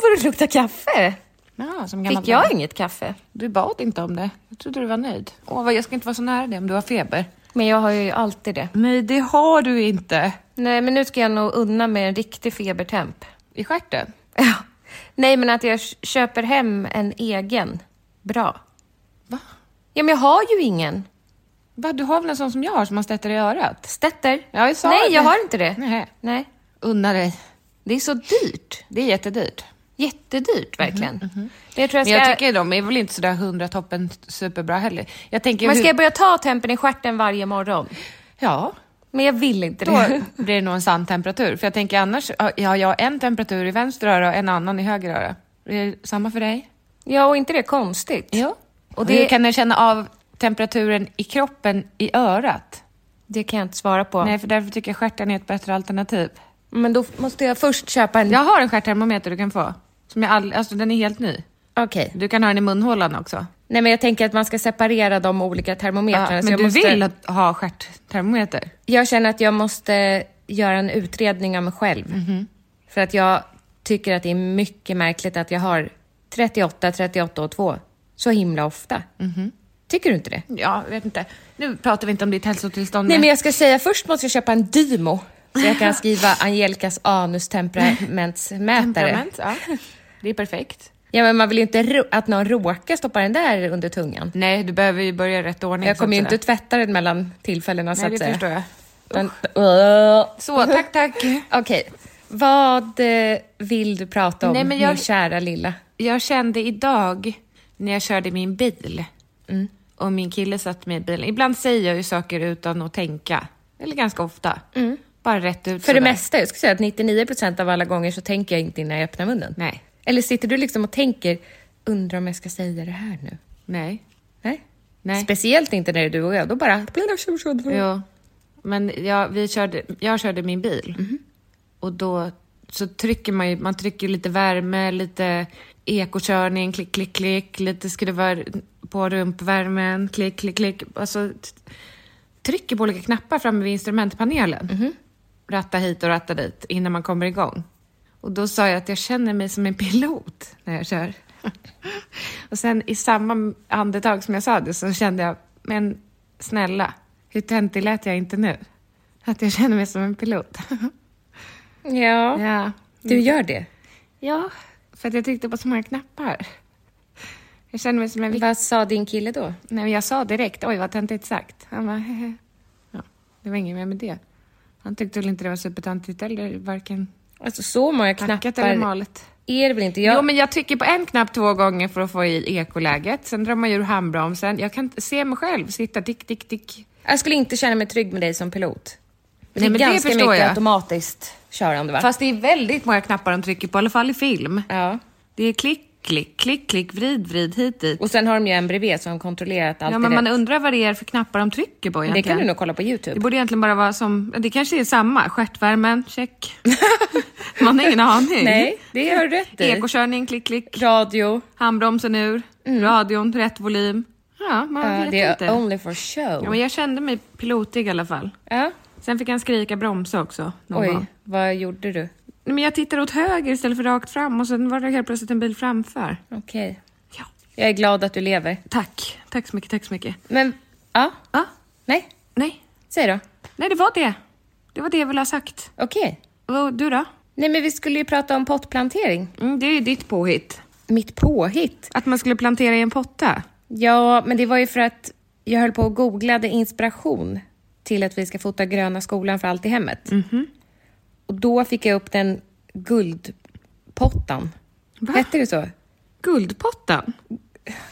A: vad det luktar kaffe!
B: Ja, som gammal
F: Fick jag
B: barn.
F: inget kaffe?
B: Du bad inte om det. Jag trodde du var nöjd. Åh, vad- jag ska inte vara så nära dig om du har feber.
F: Men jag har ju alltid det.
B: Nej, det har du inte.
F: Nej, men nu ska jag nog unna mig en riktig febertemp.
B: I stjärten?
F: Ja. Nej, men att jag köper hem en egen. Bra.
B: Va?
F: Ja, men jag har ju ingen.
B: Va, du har väl en sån som jag har som man stöter i örat?
F: Stätter?
B: Ja, jag sa
F: Nej,
B: det.
F: jag har inte det.
B: Nej.
F: Nej.
B: Unna dig.
F: Det är så dyrt.
B: Det är jättedyrt.
F: Jättedyrt, verkligen. Mm-hmm, Men jag tror jag
B: Men
F: ska...
B: jag tycker de är väl inte sådär hundra toppen superbra heller. Jag tänker...
F: Men
B: hur-
F: ska jag börja ta tempen i stjärten varje morgon?
B: Ja,
F: Men jag vill inte
B: då
F: det.
B: blir det nog en sann temperatur. För jag tänker annars har jag har en temperatur i vänster öra och en annan i höger öra. Är det samma för dig?
F: Ja, och inte det konstigt?
B: Och
F: Och
B: det...
F: det-
B: Hur kan den känna av temperaturen i kroppen i örat?
F: Det kan jag inte svara på.
B: Nej, för därför tycker jag stjärten är ett bättre alternativ.
F: Men då måste jag först köpa en...
B: Jag har en stjärttermometer du kan få. Som jag all... Alltså den är helt ny.
F: Okej.
B: Du kan ha den i munhålan också.
F: Nej, men jag tänker att man ska separera de olika termometrarna.
B: Ja,
F: så
B: men
F: jag
B: du
F: måste...
B: vill att- ha stjärttermometer?
F: Jag känner att jag måste göra en utredning av mig själv.
B: Mhm.
F: För att jag tycker att det är mycket märkligt att jag har 38, 38 och 2 så himla ofta.
B: Mhm.
F: Tycker du inte det?
B: Ja, jag vet inte. Nu pratar vi inte om ditt hälsotillstånd.
F: Nej, men jag ska säga först måste jag köpa en Dymo. Så jag kan skriva Angelicas anusteramentsmätare.
B: Temperament, ja. Det är perfekt.
F: Ja, men man vill ju inte ro- att någon råkar stoppa den där under tungan.
B: Nej, du behöver ju börja i rätt ordning.
F: Jag
B: så
F: kommer ju
B: att
F: inte
B: säga.
F: tvätta den mellan tillfällena så
B: Nej,
F: att
B: det
F: säga. Mm.
B: förstår jag.
F: Utan-
B: Så, tack, tack.
F: Okej. Vad eh, vill du prata om,
B: Nej, men jag-
F: min kära lilla?
B: Jag kände idag när jag körde min bil
F: Mm.
B: och min kille satt med i bilen. Ibland säger jag ju saker utan att tänka. Eller ganska ofta. Bara rätt ut
F: Mm. För det
B: sådär.
F: mesta, jag skulle säga att 99 procent av alla gånger så tänker jag inte innan jag öppnar munnen.
B: Nej.
F: Eller sitter du liksom och tänker, undrar om jag ska säga det här nu?
B: Nej.
F: Nej.
B: Nej.
F: Speciellt inte när det är du och jag, då bara... Mm-hmm.
B: Jo. Men jag, vi körde, jag körde min bil. Och då så trycker man ju, man trycker lite värme, lite ekokörning, klick, klick, klick, lite skruvar på rumpvärmen, klick, klick, klick. Alltså, t- trycker på olika knappar framme vid instrumentpanelen. Ratta hit och ratta dit innan man kommer igång. Och då sa jag att jag känner mig som en pilot när jag kör. och sen i samma andetag som jag sa det så kände jag, men snälla, hur töntig lät jag inte nu? Att jag känner mig som en pilot.
F: Ja.
B: ja.
F: Du gör det?
B: ja, för att jag tryckte på så många knappar. Jag känner mig som en...
F: Vad sa din kille då?
B: Nej, men jag sa direkt, oj vad töntigt sagt. Han bara, hehe. Ja, det var inget mer med det. Han tyckte väl inte det var supertöntigt eller varken
F: Alltså så många
B: knackat
F: knappar
B: eller malet.
F: är det väl inte? Jag...
B: Jo, men jag trycker på en knapp två gånger för att få i ekoläget. Sen drar man ur handbromsen. Jag kan inte se mig själv sitta tick, tick, tick.
F: Jag skulle inte känna mig trygg med dig som pilot.
B: Nej,
F: det
B: men
F: är
B: det
F: ganska
B: förstår
F: mycket
B: jag.
F: automatiskt körande, va?
B: Fast det är väldigt många knappar de trycker på, i alla fall i film.
F: Ja.
B: Det är klick, klick, klick, klick, vrid, vrid, hit, dit.
F: Och sen har de ju en bredvid som kontrollerar att allt
B: Ja,
F: är
B: men man
F: rätt.
B: undrar vad det är för knappar de trycker på
F: Det
B: egentligen.
F: kan du nog kolla på
B: Det
F: YouTube.
B: borde egentligen bara vara som, det kanske är samma, stjärtvärmen, check. man har ingen aning.
F: Nej, det gör du rätt i.
B: Ekokörning, klick, klick.
F: Radio.
B: Handbromsen ur, radion, rätt volym. Ja, man
F: Mm. Ja,
B: vet
F: det är
B: inte.
F: only for show.
B: Ja, men jag kände mig pilotig i alla fall.
F: Ja.
B: Sen fick han skrika bromsa också. Någon gång.
F: Oj, vad gjorde du?
B: Nej, Men jag tittade åt höger istället för rakt fram och sen var det helt plötsligt en bil framför.
F: Okej.
B: Ja.
F: Jag är glad att du lever.
B: Tack. Tack så mycket, tack så mycket.
F: Men, ja,
B: Ja,
F: nej,
B: nej.
F: säg då.
B: Nej, det var det. Det var det jag ville ha sagt.
F: Okej.
B: Och du då?
F: Nej, men vi skulle ju prata om pottplantering.
B: Mm, det är ju ditt påhitt.
F: Mitt påhitt.
B: Att man skulle plantera i en potta.
F: Ja, men det var ju för att jag höll på och googlade inspiration till att vi ska fota gröna skolan för allt i hemmet. Och då fick jag upp den guldpottan.
B: Va?
F: Hette det så?
B: Guldpottan?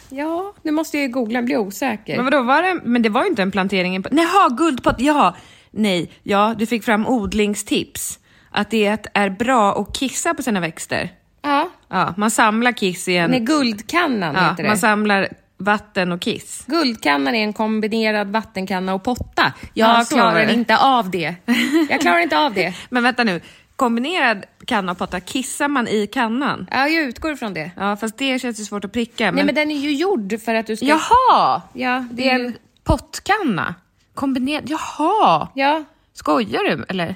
F: Ja, nu måste jag ju googla, jag blir osäker.
B: Men vadå, var det, men det var ju inte en plantering i en potta. Jaha, guldpott. Ja, nej, ja, du fick fram odlingstips. Att det är att- är bra att kissa på sina växter.
F: Ja,
B: Ja, man samlar kiss i en...
F: nej, guldkannan
B: ja,
F: heter det.
B: man samlar vatten och kiss.
F: Guldkannan är en kombinerad vattenkanna och potta. Jag
B: Ja, så var
F: klarar
B: det.
F: inte av det. Jag klarar inte av det.
B: Men vänta nu, kombinerad kanna och potta, kissar man i kannan?
F: Ja, jag utgår från det.
B: Ja, fast det känns ju svårt att pricka. Men...
F: Nej, men den är ju gjord för att du ska...
B: Jaha!
F: Ja, det
B: Det är en pottkanna? Kombinerad? Jaha!
F: Ja,
B: Skojar du eller?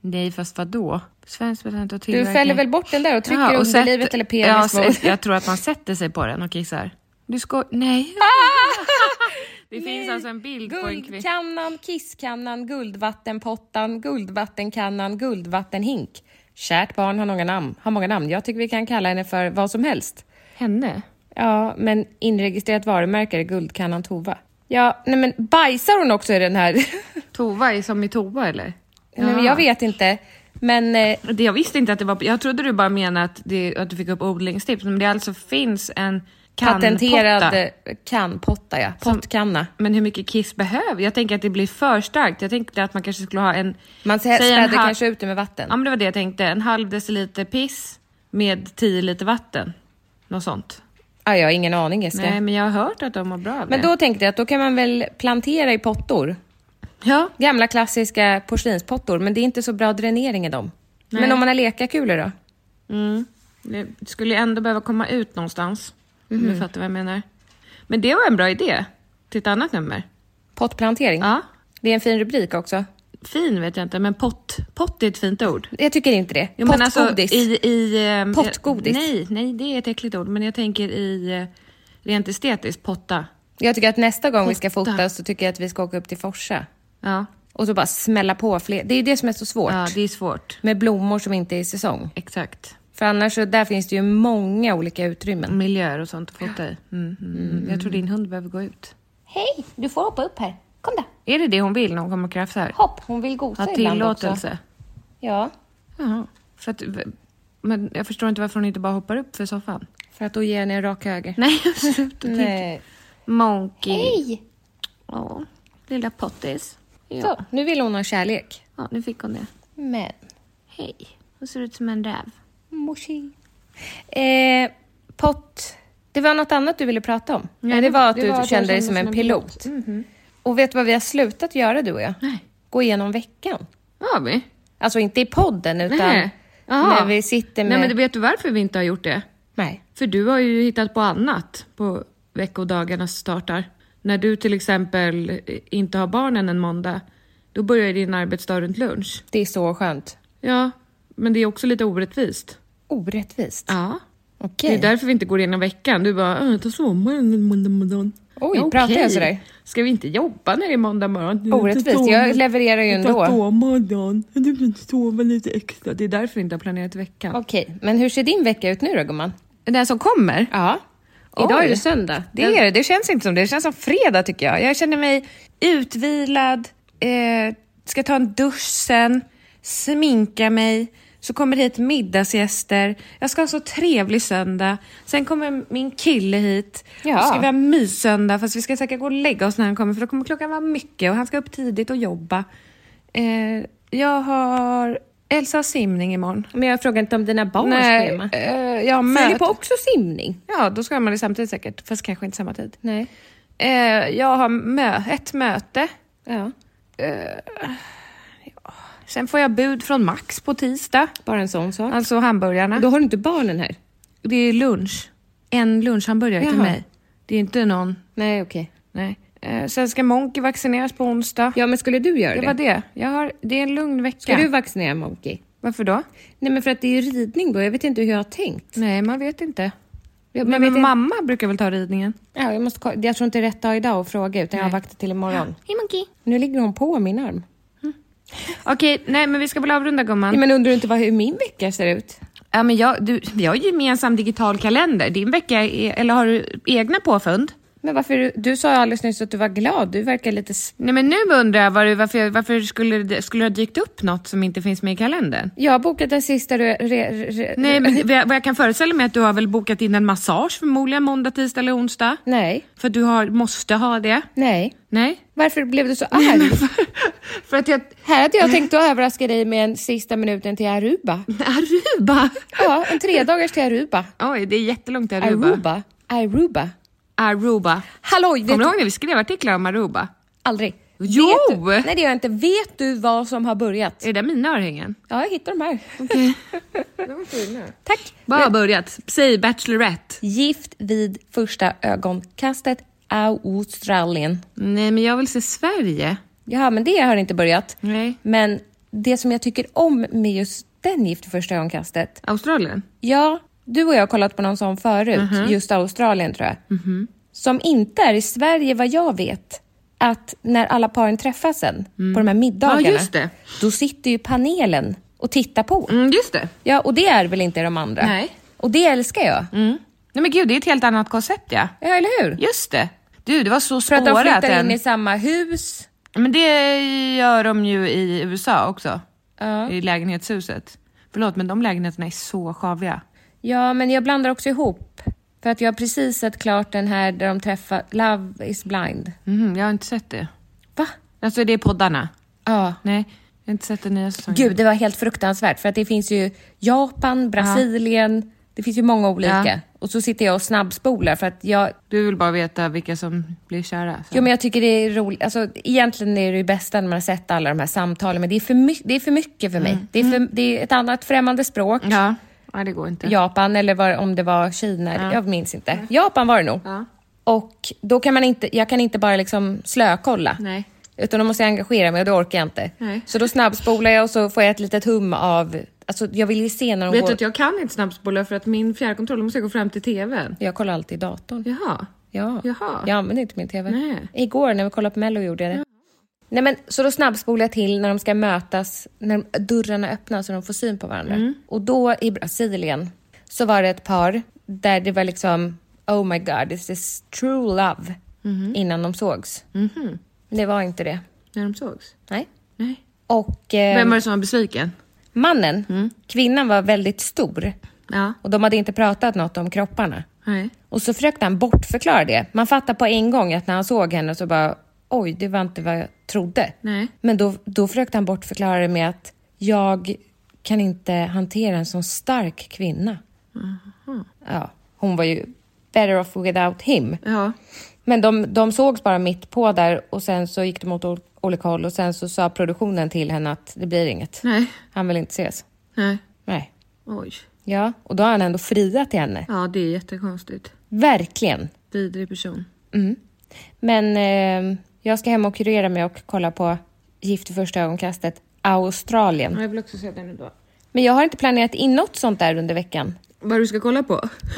B: Nej, fast vadå? Svenskt patent och
F: Du
B: tillverkning.
F: fäller väl bort den där och trycker
B: Jaha,
F: under
B: sätt-
F: livet eller penis
B: ja,
F: mot...
B: s- Jag tror att man sätter sig på den och kissar. Du ska... Nej. det finns alltså en bild på en kvinna.
F: Guldkannan, kisskannan, guldvattenpottan, guldvattenkannan, guldvattenhink. Kärt barn har många, namn. har många namn. Jag tycker vi kan kalla henne för vad som helst.
B: Henne?
F: Ja, men inregistrerat varumärke är guldkannan Tova. Ja, nej men bajsar hon också i den här?
B: Tova är som i Tova eller?
F: nej, men jag vet inte. Men eh,
B: Det, jag visste inte att det var... Jag trodde du bara menade att, det, att du fick upp odlingstips, men det alltså finns en
F: patenterad
B: kannpotta.
F: eh, kannpotta, ja. Pottkanna.
B: Men hur mycket kiss behöver? Jag tänker att det blir för starkt. Jag tänkte att man kanske skulle ha en...
F: Man
B: säg en
F: späder
B: halv-
F: kanske ut det med vatten.
B: Ja, men det var det jag tänkte. En halv deciliter piss med 10 liter vatten. Något sånt.
F: Ah, jag har ingen aning, Jessica.
B: Nej, men jag har hört att de mår bra av
F: Men
B: det.
F: då tänkte jag att då kan man väl plantera i pottor.
B: Ja,
F: Gamla klassiska porslinspottor, men det är inte så bra dränering i dem. Men om man har lekakulor då?
B: Mm. det skulle ju ändå behöva komma ut någonstans. Om
F: Mhm.
B: du fattar vad jag menar. Men det var en bra idé till ett annat nummer.
F: Pottplantering?
B: Ja,
F: Det är en fin rubrik också.
B: fin vet jag inte, men pott. Pott är ett fint ord.
F: Jag tycker inte det.
B: Jo, men
F: Pottgodis.
B: Alltså, i, i, ehm,
F: Pottgodis.
B: Jag, nej, nej, det är ett äckligt ord, men jag tänker i eh, rent estetiskt, potta.
F: Jag tycker att nästa gång vi ska
B: Potta.
F: fota så tycker jag att vi ska åka upp till Forsa.
B: Ja,
F: Och så bara smälla på fler. Det är ju det som är så svårt.
B: ja det är svårt.
F: Med blommor som inte är i säsong.
B: Exakt.
F: För annars så där finns det ju många olika utrymmen.
B: Miljöer och sånt att fota i. Mm, mm, mm. Jag tror din hund behöver gå ut.
G: Hej, du får hoppa upp här. Kom då,
B: Är det det hon vill när hon kommer och krafsar?
G: hopp. Hon vill gosa
B: Ha
G: ibland också.
B: tillåtelse?
G: Ja,
B: Jaha. För att, men jag förstår inte varför hon inte bara hoppar upp för soffan.
F: För att då ger ni en rak höger.
B: Nej, sluta tänka.
F: Nej.
B: Monkey.
G: hej.
B: Åh, lilla pottis. Ja.
F: Så, nu vill hon ha kärlek.
B: ja, nu fick hon det.
G: Men,
B: Hej. Hon ser ut som en räv.
G: morsi.
F: Eh, pott. Det var något annat du ville prata om. Nej, det var att du kände dig som en pilot. Mhm. Och vet du vad vi har slutat göra du och jag?
B: Nej.
F: Gå igenom veckan.
B: Har vi?
F: Alltså inte i podden utan
B: Nej. Jaha.
F: när vi sitter med...
B: Nej, men det vet du varför vi inte har gjort det?
F: Nej.
B: För du har ju hittat på annat på veckodagarna som startar. När du till exempel eh, inte har barnen en måndag, då börjar ju din arbetsdag runt lunch.
F: Det är så skönt.
B: Ja, men det är också lite orättvist.
F: Orättvist.
B: Ja. Det
F: Okej.
B: är därför vi inte går igenom veckan. Du bara, "Äh, ta sommaren en måndag morgon.
F: Oj,
B: Ja,
F: pratar jag
B: okej.
F: sådär?
B: Ska vi inte jobba när det är måndag morgon?
F: Orättvist. Jag levererar ju ändå.
B: sommaren. Du kan sova lite extra. Det är därför vi inte har planerat veckan.
F: Okej, men hur ser din vecka ut nu då gumman?
B: Den som kommer?
F: Ja. Idag är det söndag.
B: Det är
F: det.
B: det. Det känns inte som det. Det känns som fredag tycker jag. Jag känner mig utvilad, eh, ska ta en dusch sen, sminka mig, så kommer hit middagsgäster. Jag ska ha så trevlig söndag. Sen kommer min kille hit.
F: Ja.
B: Då ska vi ha myssöndag, fast vi ska säkert gå och lägga oss när han kommer, för då kommer klockan vara mycket och han ska upp tidigt och jobba. Eh, jag har Elsa har simning imorgon.
F: Men jag frågar inte om dina barns schema.
B: eh, jag har
F: Filip
B: möte.
F: har också simning.
B: Ja, då ska man det samtidigt säkert, fast kanske inte samma tid.
F: Nej.
B: Eh, jag har mö ett möte.
F: Ja.
B: Sen får jag bud från Max på tisdag.
F: Bara en sån sak.
B: Alltså hamburgarna.
F: Då har du inte barnen här?
B: Det är lunch. En lunchhamburgare till
F: Jaha.
B: mig. Det är inte någon...
F: Nej, okej.
B: Nej. Eh, sen ska Monkey vaccineras på onsdag.
F: Ja, men skulle du göra
B: det
F: det?
B: var det. Jag har, det är en lugn vecka.
F: Ska du vaccinera Monkey?
B: Varför då?
F: Nej, men för att det är ju ridning då. Jag vet inte hur jag har tänkt.
B: Nej, man vet inte.
F: Jag,
B: Men,
F: jag, vet inte-
B: mamma brukar väl ta ridningen?
F: ja, jag, måste, ko- jag tror inte det är rätt dag idag att fråga, utan jag
B: Nej.
F: avvaktar till imorgon.
G: Hej, Monkey.
F: Nu ligger hon på min arm.
B: Okej, nej men vi ska väl avrunda gumman.
F: Nej, men undrar du inte vad, hur min vecka ser ut?
B: Ja, men jag, du, vi har ju gemensam digital kalender. Din vecka, är, eller har du egna påfund?
F: Men varför, du- du sa alldeles nyss att du var glad. Du verkar lite... s-
B: Nej men nu undrar jag var du, varför, varför skulle, det- skulle det ha dykt upp något som inte finns med i kalendern?
F: Jag har bokat den sista... Re, re, re,
B: Nej men vad jag- vad jag kan föreställa mig är att du har väl bokat in en massage förmodligen måndag, tisdag eller onsdag?
F: Nej.
B: För att du har, måste ha det?
F: Nej.
B: Nej?
F: Varför blev du så arg?
B: För att jag...
F: Här hade jag tänkt att överraska dig med en sista minuten till Aruba.
B: Aruba!
F: Ja, en tredagars till Aruba.
B: Oj, det är jättelångt Aruba. Aruba.
F: Aruba. Aruba.
B: Aruba.
F: Halloj! Vet
B: Kommer
F: du,
B: du ihåg när vi skrev artiklar om Aruba?
F: aldrig.
B: Jo!
F: Vet du, nej, det gör jag inte. Vet du vad som har börjat?
B: Är det där mina örhängen?
F: Ja, jag hittar de här. Tack!
B: Vad har börjat? Säg Bachelorette.
F: Gift vid första ögonkastet. Australien.
B: Nej men jag vill se Sverige.
F: Ja, men det har inte börjat.
B: Nej.
F: Men det som jag tycker om med just den Gift vid första ögonkastet?
B: Australien?
F: Ja, du och jag har kollat på någon sån förut, just Australien tror jag. Som inte är i Sverige vad jag vet, att när alla paren träffas sen på de här middagarna,
B: Ja, just det.
F: då sitter ju panelen och tittar på.
B: Mm, just det.
F: Ja, och det är väl inte de andra?
B: Nej.
F: Och det älskar jag.
B: Mm. Nej men gud, det är ett helt annat koncept ja.
F: Ja, eller hur?
B: Just det. Du, det var så
F: För att de
B: spårat
F: flyttar
B: den.
F: in i samma hus.
B: Men det gör de ju i USA också.
F: Ja.
B: I lägenhetshuset. Förlåt, men de lägenheterna är så skaviga.
F: Ja, men jag blandar också ihop. För att jag har precis sett klart den här där de träffar Love is blind.
B: Mhm, jag har inte sett det.
F: Va?
B: Alltså det är poddarna?
F: Ja.
B: Nej, jag har inte sett den nya säsongen.
F: Gud, det var helt fruktansvärt. För att det finns ju Japan, Brasilien, det finns ju många olika.
B: Ja.
F: Och så sitter jag och snabbspolar för att jag...
B: Du vill bara veta vilka som blir kära? så.
F: Jo, men jag tycker det är roligt. Alltså, egentligen är det ju bästa när man har sett alla de här samtalen, men det är för, my- det är för mycket för mig. Det, är för, det är ett annat främmande språk.
B: Ja. Nej, det går inte.
F: Japan eller var, om det var Kina. Jag minns inte.
B: Mm.
F: Japan var det nog. Och då kan man inte, jag kan inte bara liksom slökolla.
B: Nej.
F: Utan då måste jag engagera mig och det orkar jag inte. Så då snabbspolar jag och så får jag ett litet hum av... Alltså jag vill ju se när de
B: Vet
F: går...
B: du att jag kan inte snabbspola för att min fjärrkontroll då måste jag gå fram till tvn.
F: jag... kollar alltid i datorn.
B: Jaha.
F: Ja.
B: Jaha.
F: Jag använder inte min TV.
B: Nej.
F: Igår när vi kollade på Mello gjorde jag det. Nej, men, så då snabbspolar jag till när de ska mötas, när de- dörrarna öppnas och de får syn på varandra.
B: Mm.
F: Och då i Brasilien så var det ett par där det var liksom Oh my god, this is true love
B: Mhm.
F: innan de sågs. Det var inte det.
B: När de sågs?
F: Nej.
B: Mhm. Nej.
F: Och eh,
B: Vem var Mm. det som var besviken?
F: mannen, kvinnan var väldigt stor
B: Ja.
F: och de hade inte pratat något om kropparna.
B: Nej.
F: Och så försökte han bortförklara det. Man fattar på en gång att när han såg henne så bara, oj, det var inte vad jag trodde.
B: Nej.
F: Men då, då försökte han bortförklara det med att jag kan inte hantera en sån stark kvinna. Ja, hon var ju better off without him.
B: Ja.
F: Men de, de sågs bara mitt på där och sen så gick de åt ol- olika håll och sen så sa produktionen till henne att det blir inget.
B: Nej.
F: Han vill inte ses.
B: Nej.
F: Nej.
B: Oj.
F: Ja, och då har han ändå friat till henne.
B: Ja, det är jättekonstigt.
F: Verkligen.
B: Vidrig person.
F: Mm. Men eh, jag ska hem och kurera mig och kolla på Gift i första ögonkastet, Australien.
B: Jag vill också se den idag.
F: Men jag har inte planerat in något sånt där under veckan.
B: Vad du ska kolla på?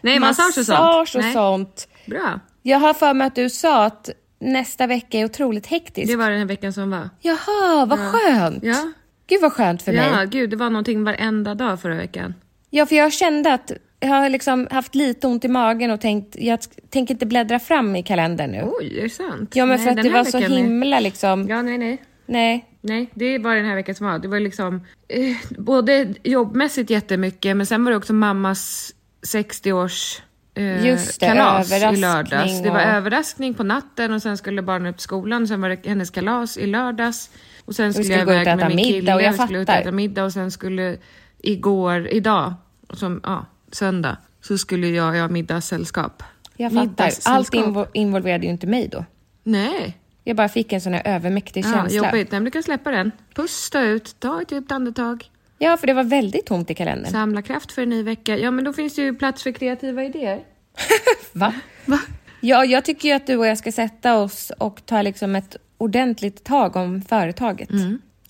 B: Nej, massage och sånt.
F: Massage och
B: Nej.
F: sånt.
B: Bra.
F: Jag har för mig att du sa att nästa vecka är otroligt hektisk.
B: Det var den här veckan som var.
F: Jaha, vad skönt.
B: Ja.
F: Gud vad skönt för
B: Ja,
F: mig.
B: gud, det var någonting varenda dag förra veckan.
F: Ja, för jag kände att jag har liksom haft lite ont i magen och tänkt, jag sk- tänker inte bläddra fram i kalendern nu.
B: Oj, är det sant?
F: ja, men
B: Nej,
F: för att
B: den
F: det
B: här
F: var så
B: veckan är-
F: himla liksom.
B: Ja, nej, nej.
F: Nej.
B: Nej, det var den här veckan som var. Det var liksom eh, både jobbmässigt jättemycket, men sen var det också mammas 60-års eh,
F: Just det,
B: kalas i
F: överraskning
B: lördags. Det var
F: och-
B: överraskning på natten och sen skulle barnen upp till skolan. Sen var det hennes kalas i lördags. Och sen skulle
F: skulle
B: jag
F: gå ut och
B: iväg med
F: äta
B: min
F: middag
B: kille.
F: och jag
B: vi skulle ut och
F: fattar.
B: äta middag och sen skulle igår, idag, som, ja, söndag, så skulle jag ha middagssällskap.
F: Jag fattar. Allt
B: Middagssällskap.
F: invo- involverade ju inte mig då.
B: Nej.
F: Jag bara fick en sån här övermäktig
B: Ja,
F: känsla.
B: Ah, jobbigt. Nej, men du kan släppa den. Pusta ut, ta ett djupt andetag.
F: Ja, för det var väldigt tomt i kalendern.
B: Samla kraft för en ny vecka. Ja, men då finns det ju plats för kreativa idéer.
F: Va? Ja, jag tycker ju att du och jag ska sätta oss och ta liksom ett ordentligt tag om företaget.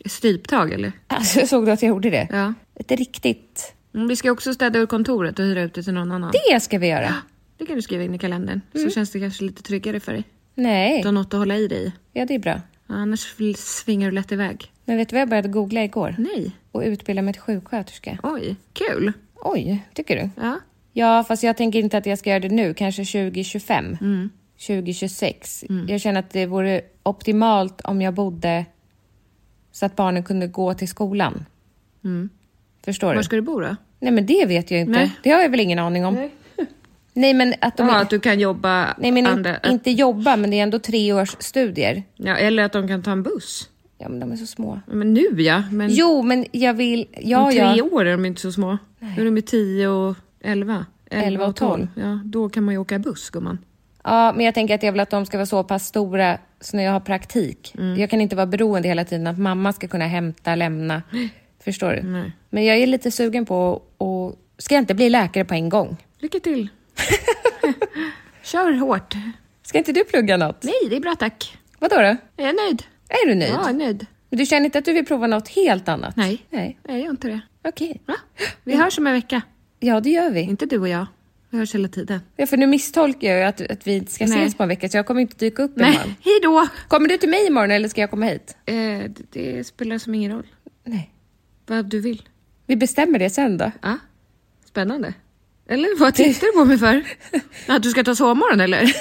B: Stryptag, eller?
F: Alltså, såg du att jag gjorde det?
B: Mm. Ja.
F: Ett riktigt...
B: Mm, Vi ska också städa ur kontoret och hyra ut det till någon annan.
F: Det ska vi göra.
B: Det kan du skriva in i kalendern, så känns det kanske lite tryggare för dig.
F: Nej,
B: Du har något att hålla i dig i.
F: ja det är bra.
B: Annars fl- svingar du lätt iväg.
F: Men vet du vad jag började googla igår?
B: Nej,
F: Och utbilda mig till sjuksköterska.
B: oj, kul.
F: Oj, tycker du?
B: Ja,
F: Ja, fast jag tänker inte att jag ska göra det nu. Kanske 2025.
B: Mm.
F: 2026. Jag känner att det vore optimalt om jag bodde så att barnen kunde gå till skolan. Förstår
B: var
F: du?
B: ska du bo då?
F: Nej, men det vet jag ju inte.
B: Mm. Nej.
F: Det har jag väl ingen aning om. Nej, men att de...
B: Ja, att du kan jobba...
F: Nej, men
B: andra...
F: inte, inte jobba, men det är ändå tre års studier.
B: Ja, eller att de kan ta en buss.
F: Ja, men de är så små.
B: Men nu ja, men
F: Jo, men jag vill... Ja,
B: om tre
F: ja.
B: år är de inte så små. Då är de ju 10 och 11.
F: 11 och 12.
B: Ja, då kan man ju åka buss, gumman.
F: Ja, men jag tänker att jag vill att de ska vara så pass stora så när jag har praktik.
B: Mm.
F: Jag kan inte vara beroende hela tiden att mamma ska kunna hämta, lämna. Förstår du?
B: Nej.
F: Men jag är lite sugen på och ska jag inte bli läkare på en gång?
B: Lycka till! Kör hårt.
F: Ska inte du plugga något?
B: Nej, det är bra tack.
F: Vadå då?
B: Jag är nöjd.
F: Är du nöjd?
B: Ja, jag är nöjd.
F: Men För du känner inte att du vill prova något helt annat?
B: Nej,
F: Nej.
B: jag gör inte det.
F: Okej.
B: Va? Vi hörs om en vecka.
F: Ja, det gör vi.
B: Inte du och jag. Vi hörs hela tiden.
F: Ja, för nu misstolkar jag ju att, att vi ska
B: Nej.
F: ses på en vecka, så jag kommer inte dyka upp imorgon.
B: Nej, hej då!
F: Kommer du till mig imorgon eller ska jag komma hit?
B: Eh, det, det spelar som ingen roll.
F: Nej.
B: Vad du vill.
F: Vi bestämmer det sen då.
B: Ja, spännande. Eller vad tittar du på mig för? Att du ska ta sovmorgon eller?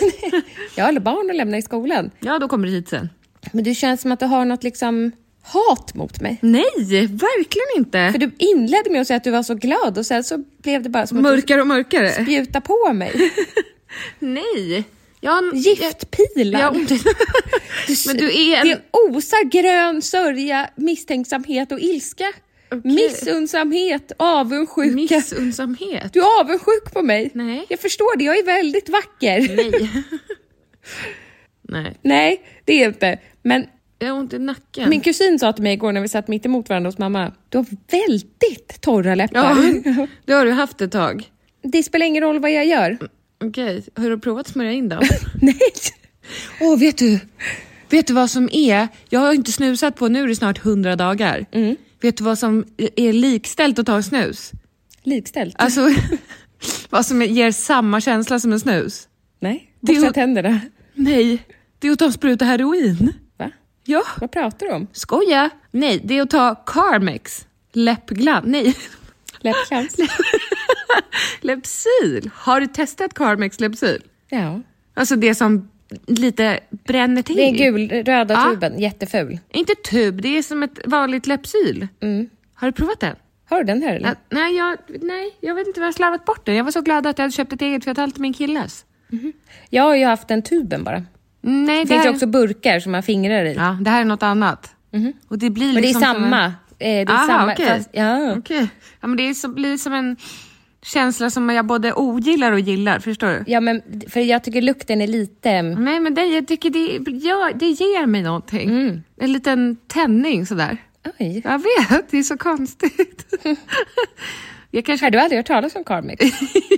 F: Jag har alla barn att lämna i skolan.
B: Ja, då kommer du hit sen.
F: Men du känns som att du har något liksom hat mot mig.
B: Nej, verkligen
F: För
B: inte!
F: du inledde med att säga att du var så glad och sen så blev det bara som att
B: Mörkare och
F: du
B: mörkare.
F: spjuta på mig.
B: Nej! Jag har en...
F: Giftpilar.
B: Jag, jag, men du är en...
F: Det osar grön sörja, misstänksamhet och ilska. Missunnsamhet, avundsjuka.
B: Missunnsamhet.
F: Du är avundsjuk på mig.
B: Nej.
F: Jag förstår det, jag är väldigt vacker.
B: Nej. Nej.
F: Nej, det är jag inte. Men
B: Jag har ont i nacken.
F: min kusin sa till mig igår när vi satt mitt emot varandra hos mamma, du har väldigt torra läppar.
B: Ja, det har du haft ett tag.
F: Det spelar ingen roll vad jag gör.
B: Mm. Okej, har du provat att smörja in dem?
F: Nej.
B: Åh, vet du? Vet du vad som är? Jag har inte snusat på nu är det snart 100 dagar. Vet du vad som är likställt att ta snus?
F: Likställt.
B: Alltså, vad som ger samma känsla som en snus?
F: Nej,
B: Det är
F: borsta
B: ju-
F: tänderna.
B: Nej, det är att ta en spruta heroin.
F: Va?
B: Ja.
F: Vad pratar du om?
B: Skoja! Nej, det är att ta Carmex. Läppglans. Nej,
F: Läppkrans?
B: Lepsyl. Har du testat Carmex Lepsyl?
F: Ja.
B: Alltså det som lite bränner till.
F: Det är gulröda
B: Ja.
F: tuben, jätteful.
B: Inte tub, det är som ett vanligt Lepsyl.
F: Mm.
B: Har du provat den?
F: Har du den här eller?
B: Ja, nej, jag, nej, jag vet inte vad jag har slarvat bort den. Jag var så glad att jag hade köpt ett eget för jag hade alltid min killes.
F: Jag har ju haft den tuben bara.
B: Nej, det,
F: Det finns
B: här,
F: ju också burkar som man fingrar i.
B: ja, det här är något annat. Och det blir
F: Men det är
B: liksom som
F: samma.
B: En,
F: eh, Det är
B: Aha,
F: samma.
B: okej.
F: Fast, ja.
B: Okej. Ja, men det är som, blir som en känsla som jag både ogillar och gillar, förstår du?
F: ja, men för jag tycker lukten är lite...
B: Nej, men det, jag tycker det, ja, det ger mig någonting. En liten tändning sådär.
F: Mm. Oj.
B: Jag vet, det är så konstigt. jag kanske...
F: Har du aldrig hört talas om Carmex?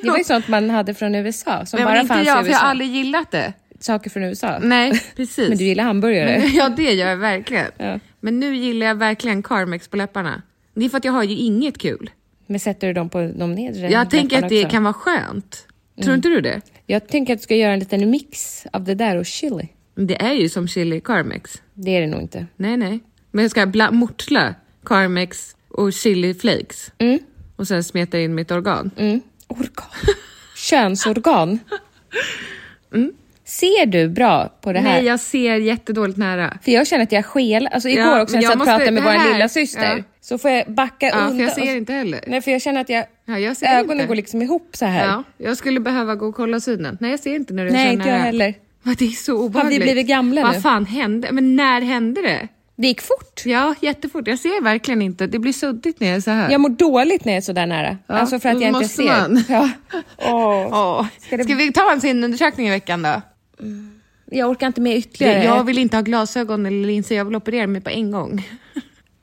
F: Det var ju sånt man hade från USA, som
B: Nej, men
F: bara
B: inte
F: fanns
B: jag,
F: i
B: för jag
F: USA.
B: har Mm. aldrig gillat det.
F: Saker från USA.
B: Nej, precis.
F: Men du gillar hamburgare?
B: Ja, det gör jag verkligen.
F: Ja.
B: Men nu gillar jag verkligen Carmex på läpparna. Det är för att jag har ju inget kul.
F: Men sätter du dem på de nedre
B: Jag tänker
F: läpparna
B: att det
F: också? Mm.
B: kan vara skönt. Tror inte du det?
F: Jag tänker att du ska göra en liten mix av det där och chili.
B: Men Det är ju som chili Carmex.
F: Det är det nog inte.
B: Nej, nej. Men jag ska bla- mortla Carmex och chili flakes. Och sen smeta in mitt organ.
F: Mm. Organ. Könsorgan. Ser du bra på det här?
B: Mm. Nej, jag ser jättedåligt nära.
F: För jag känner att jag skel. Alltså igår
B: Ja,
F: också
B: men
F: när
B: jag
F: jag satt och
B: måste-
F: pratade med
B: det här-
F: vår lilla syster
B: ja.
F: så får jag backa
B: Ja,
F: undan.
B: för jag ser
F: och så-
B: inte heller.
F: Nej, för jag känner att jag,
B: Ja, jag ser
F: ögonen
B: inte.
F: går liksom ihop så här.
B: Ja, jag skulle behöva gå och kolla synen. Nej, jag ser inte när du är
F: Nej,
B: så
F: inte jag
B: nära.
F: heller.
B: Va, Det är så obehagligt.
F: blivit gamla nu?
B: Vad fan hände? Men när hände det?
F: Det gick fort.
B: Ja, jättefort. Jag ser verkligen inte. Det blir suddigt när jag är så här.
F: Jag mår dåligt när jag är så där nära.
B: Ja,
F: alltså för att jag inte
B: måste
F: ser.
B: man?
F: Ja. Åh.
B: Åh. Ska, vi ta en synundersökning i veckan då?
F: Jag orkar inte med ytterligare.
B: Jag vill inte ha glasögon eller linser. Jag vill operera mig på en gång.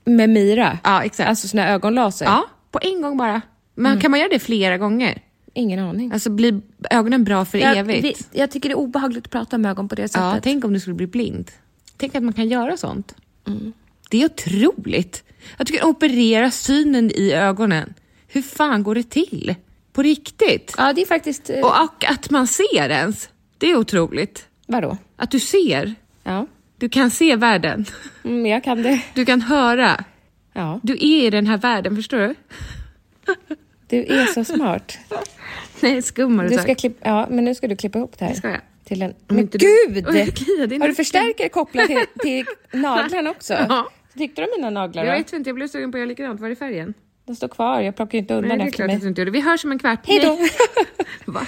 F: Med Mira.
B: Ja, exakt.
F: Alltså såna ögonlaser.
B: Ja, på en gång bara. Men
F: Mm.
B: kan man göra det flera gånger?
F: Ingen aning.
B: Alltså blir ögonen bra för
F: Jag,
B: evigt?
F: vi, jag tycker det är obehagligt att prata om ögon på det
B: ja,
F: sättet.
B: tänk om du skulle bli blind. Tänk att man kan göra sånt.
F: Mm.
B: Det är otroligt. Att du kan operera synen i ögonen. Hur fan går det till? På riktigt?
F: Ja, det är faktiskt... eh,
B: Och, och att man ser ens. Det är otroligt.
F: Vadå?
B: Att du ser.
F: Ja,
B: Du kan se världen.
F: mm, jag kan det.
B: Du kan höra.
F: Ja,
B: Du är i den här världen, förstår du?
F: du är så smart.
B: Nej, skummare
F: Du ska
B: sak.
F: klippa, ja, men nu ska du klippa ihop det här.
B: Ska jag?
F: Till en,
B: Om
F: men
B: inte du-
F: gud!
B: Oj, kliar det i
F: Har du
B: nacken.
F: förstärkare kopplat till, till naglarna också?
B: Ja.
F: Tyckte du om mina naglar?
B: Jag
F: då?
B: vet inte, jag blev sugen på att göra likadant. Var är färgen?
F: De står kvar, jag plockar ju inte undan
B: Nej, det är
F: efter
B: klart
F: mig.
B: att du inte gjorde. Vi hörs om en kvart.
F: Hej då!
B: Nej. Va?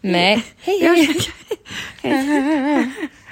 F: Nej, hej
B: Vi
F: hej!
B: hörs om en kvart.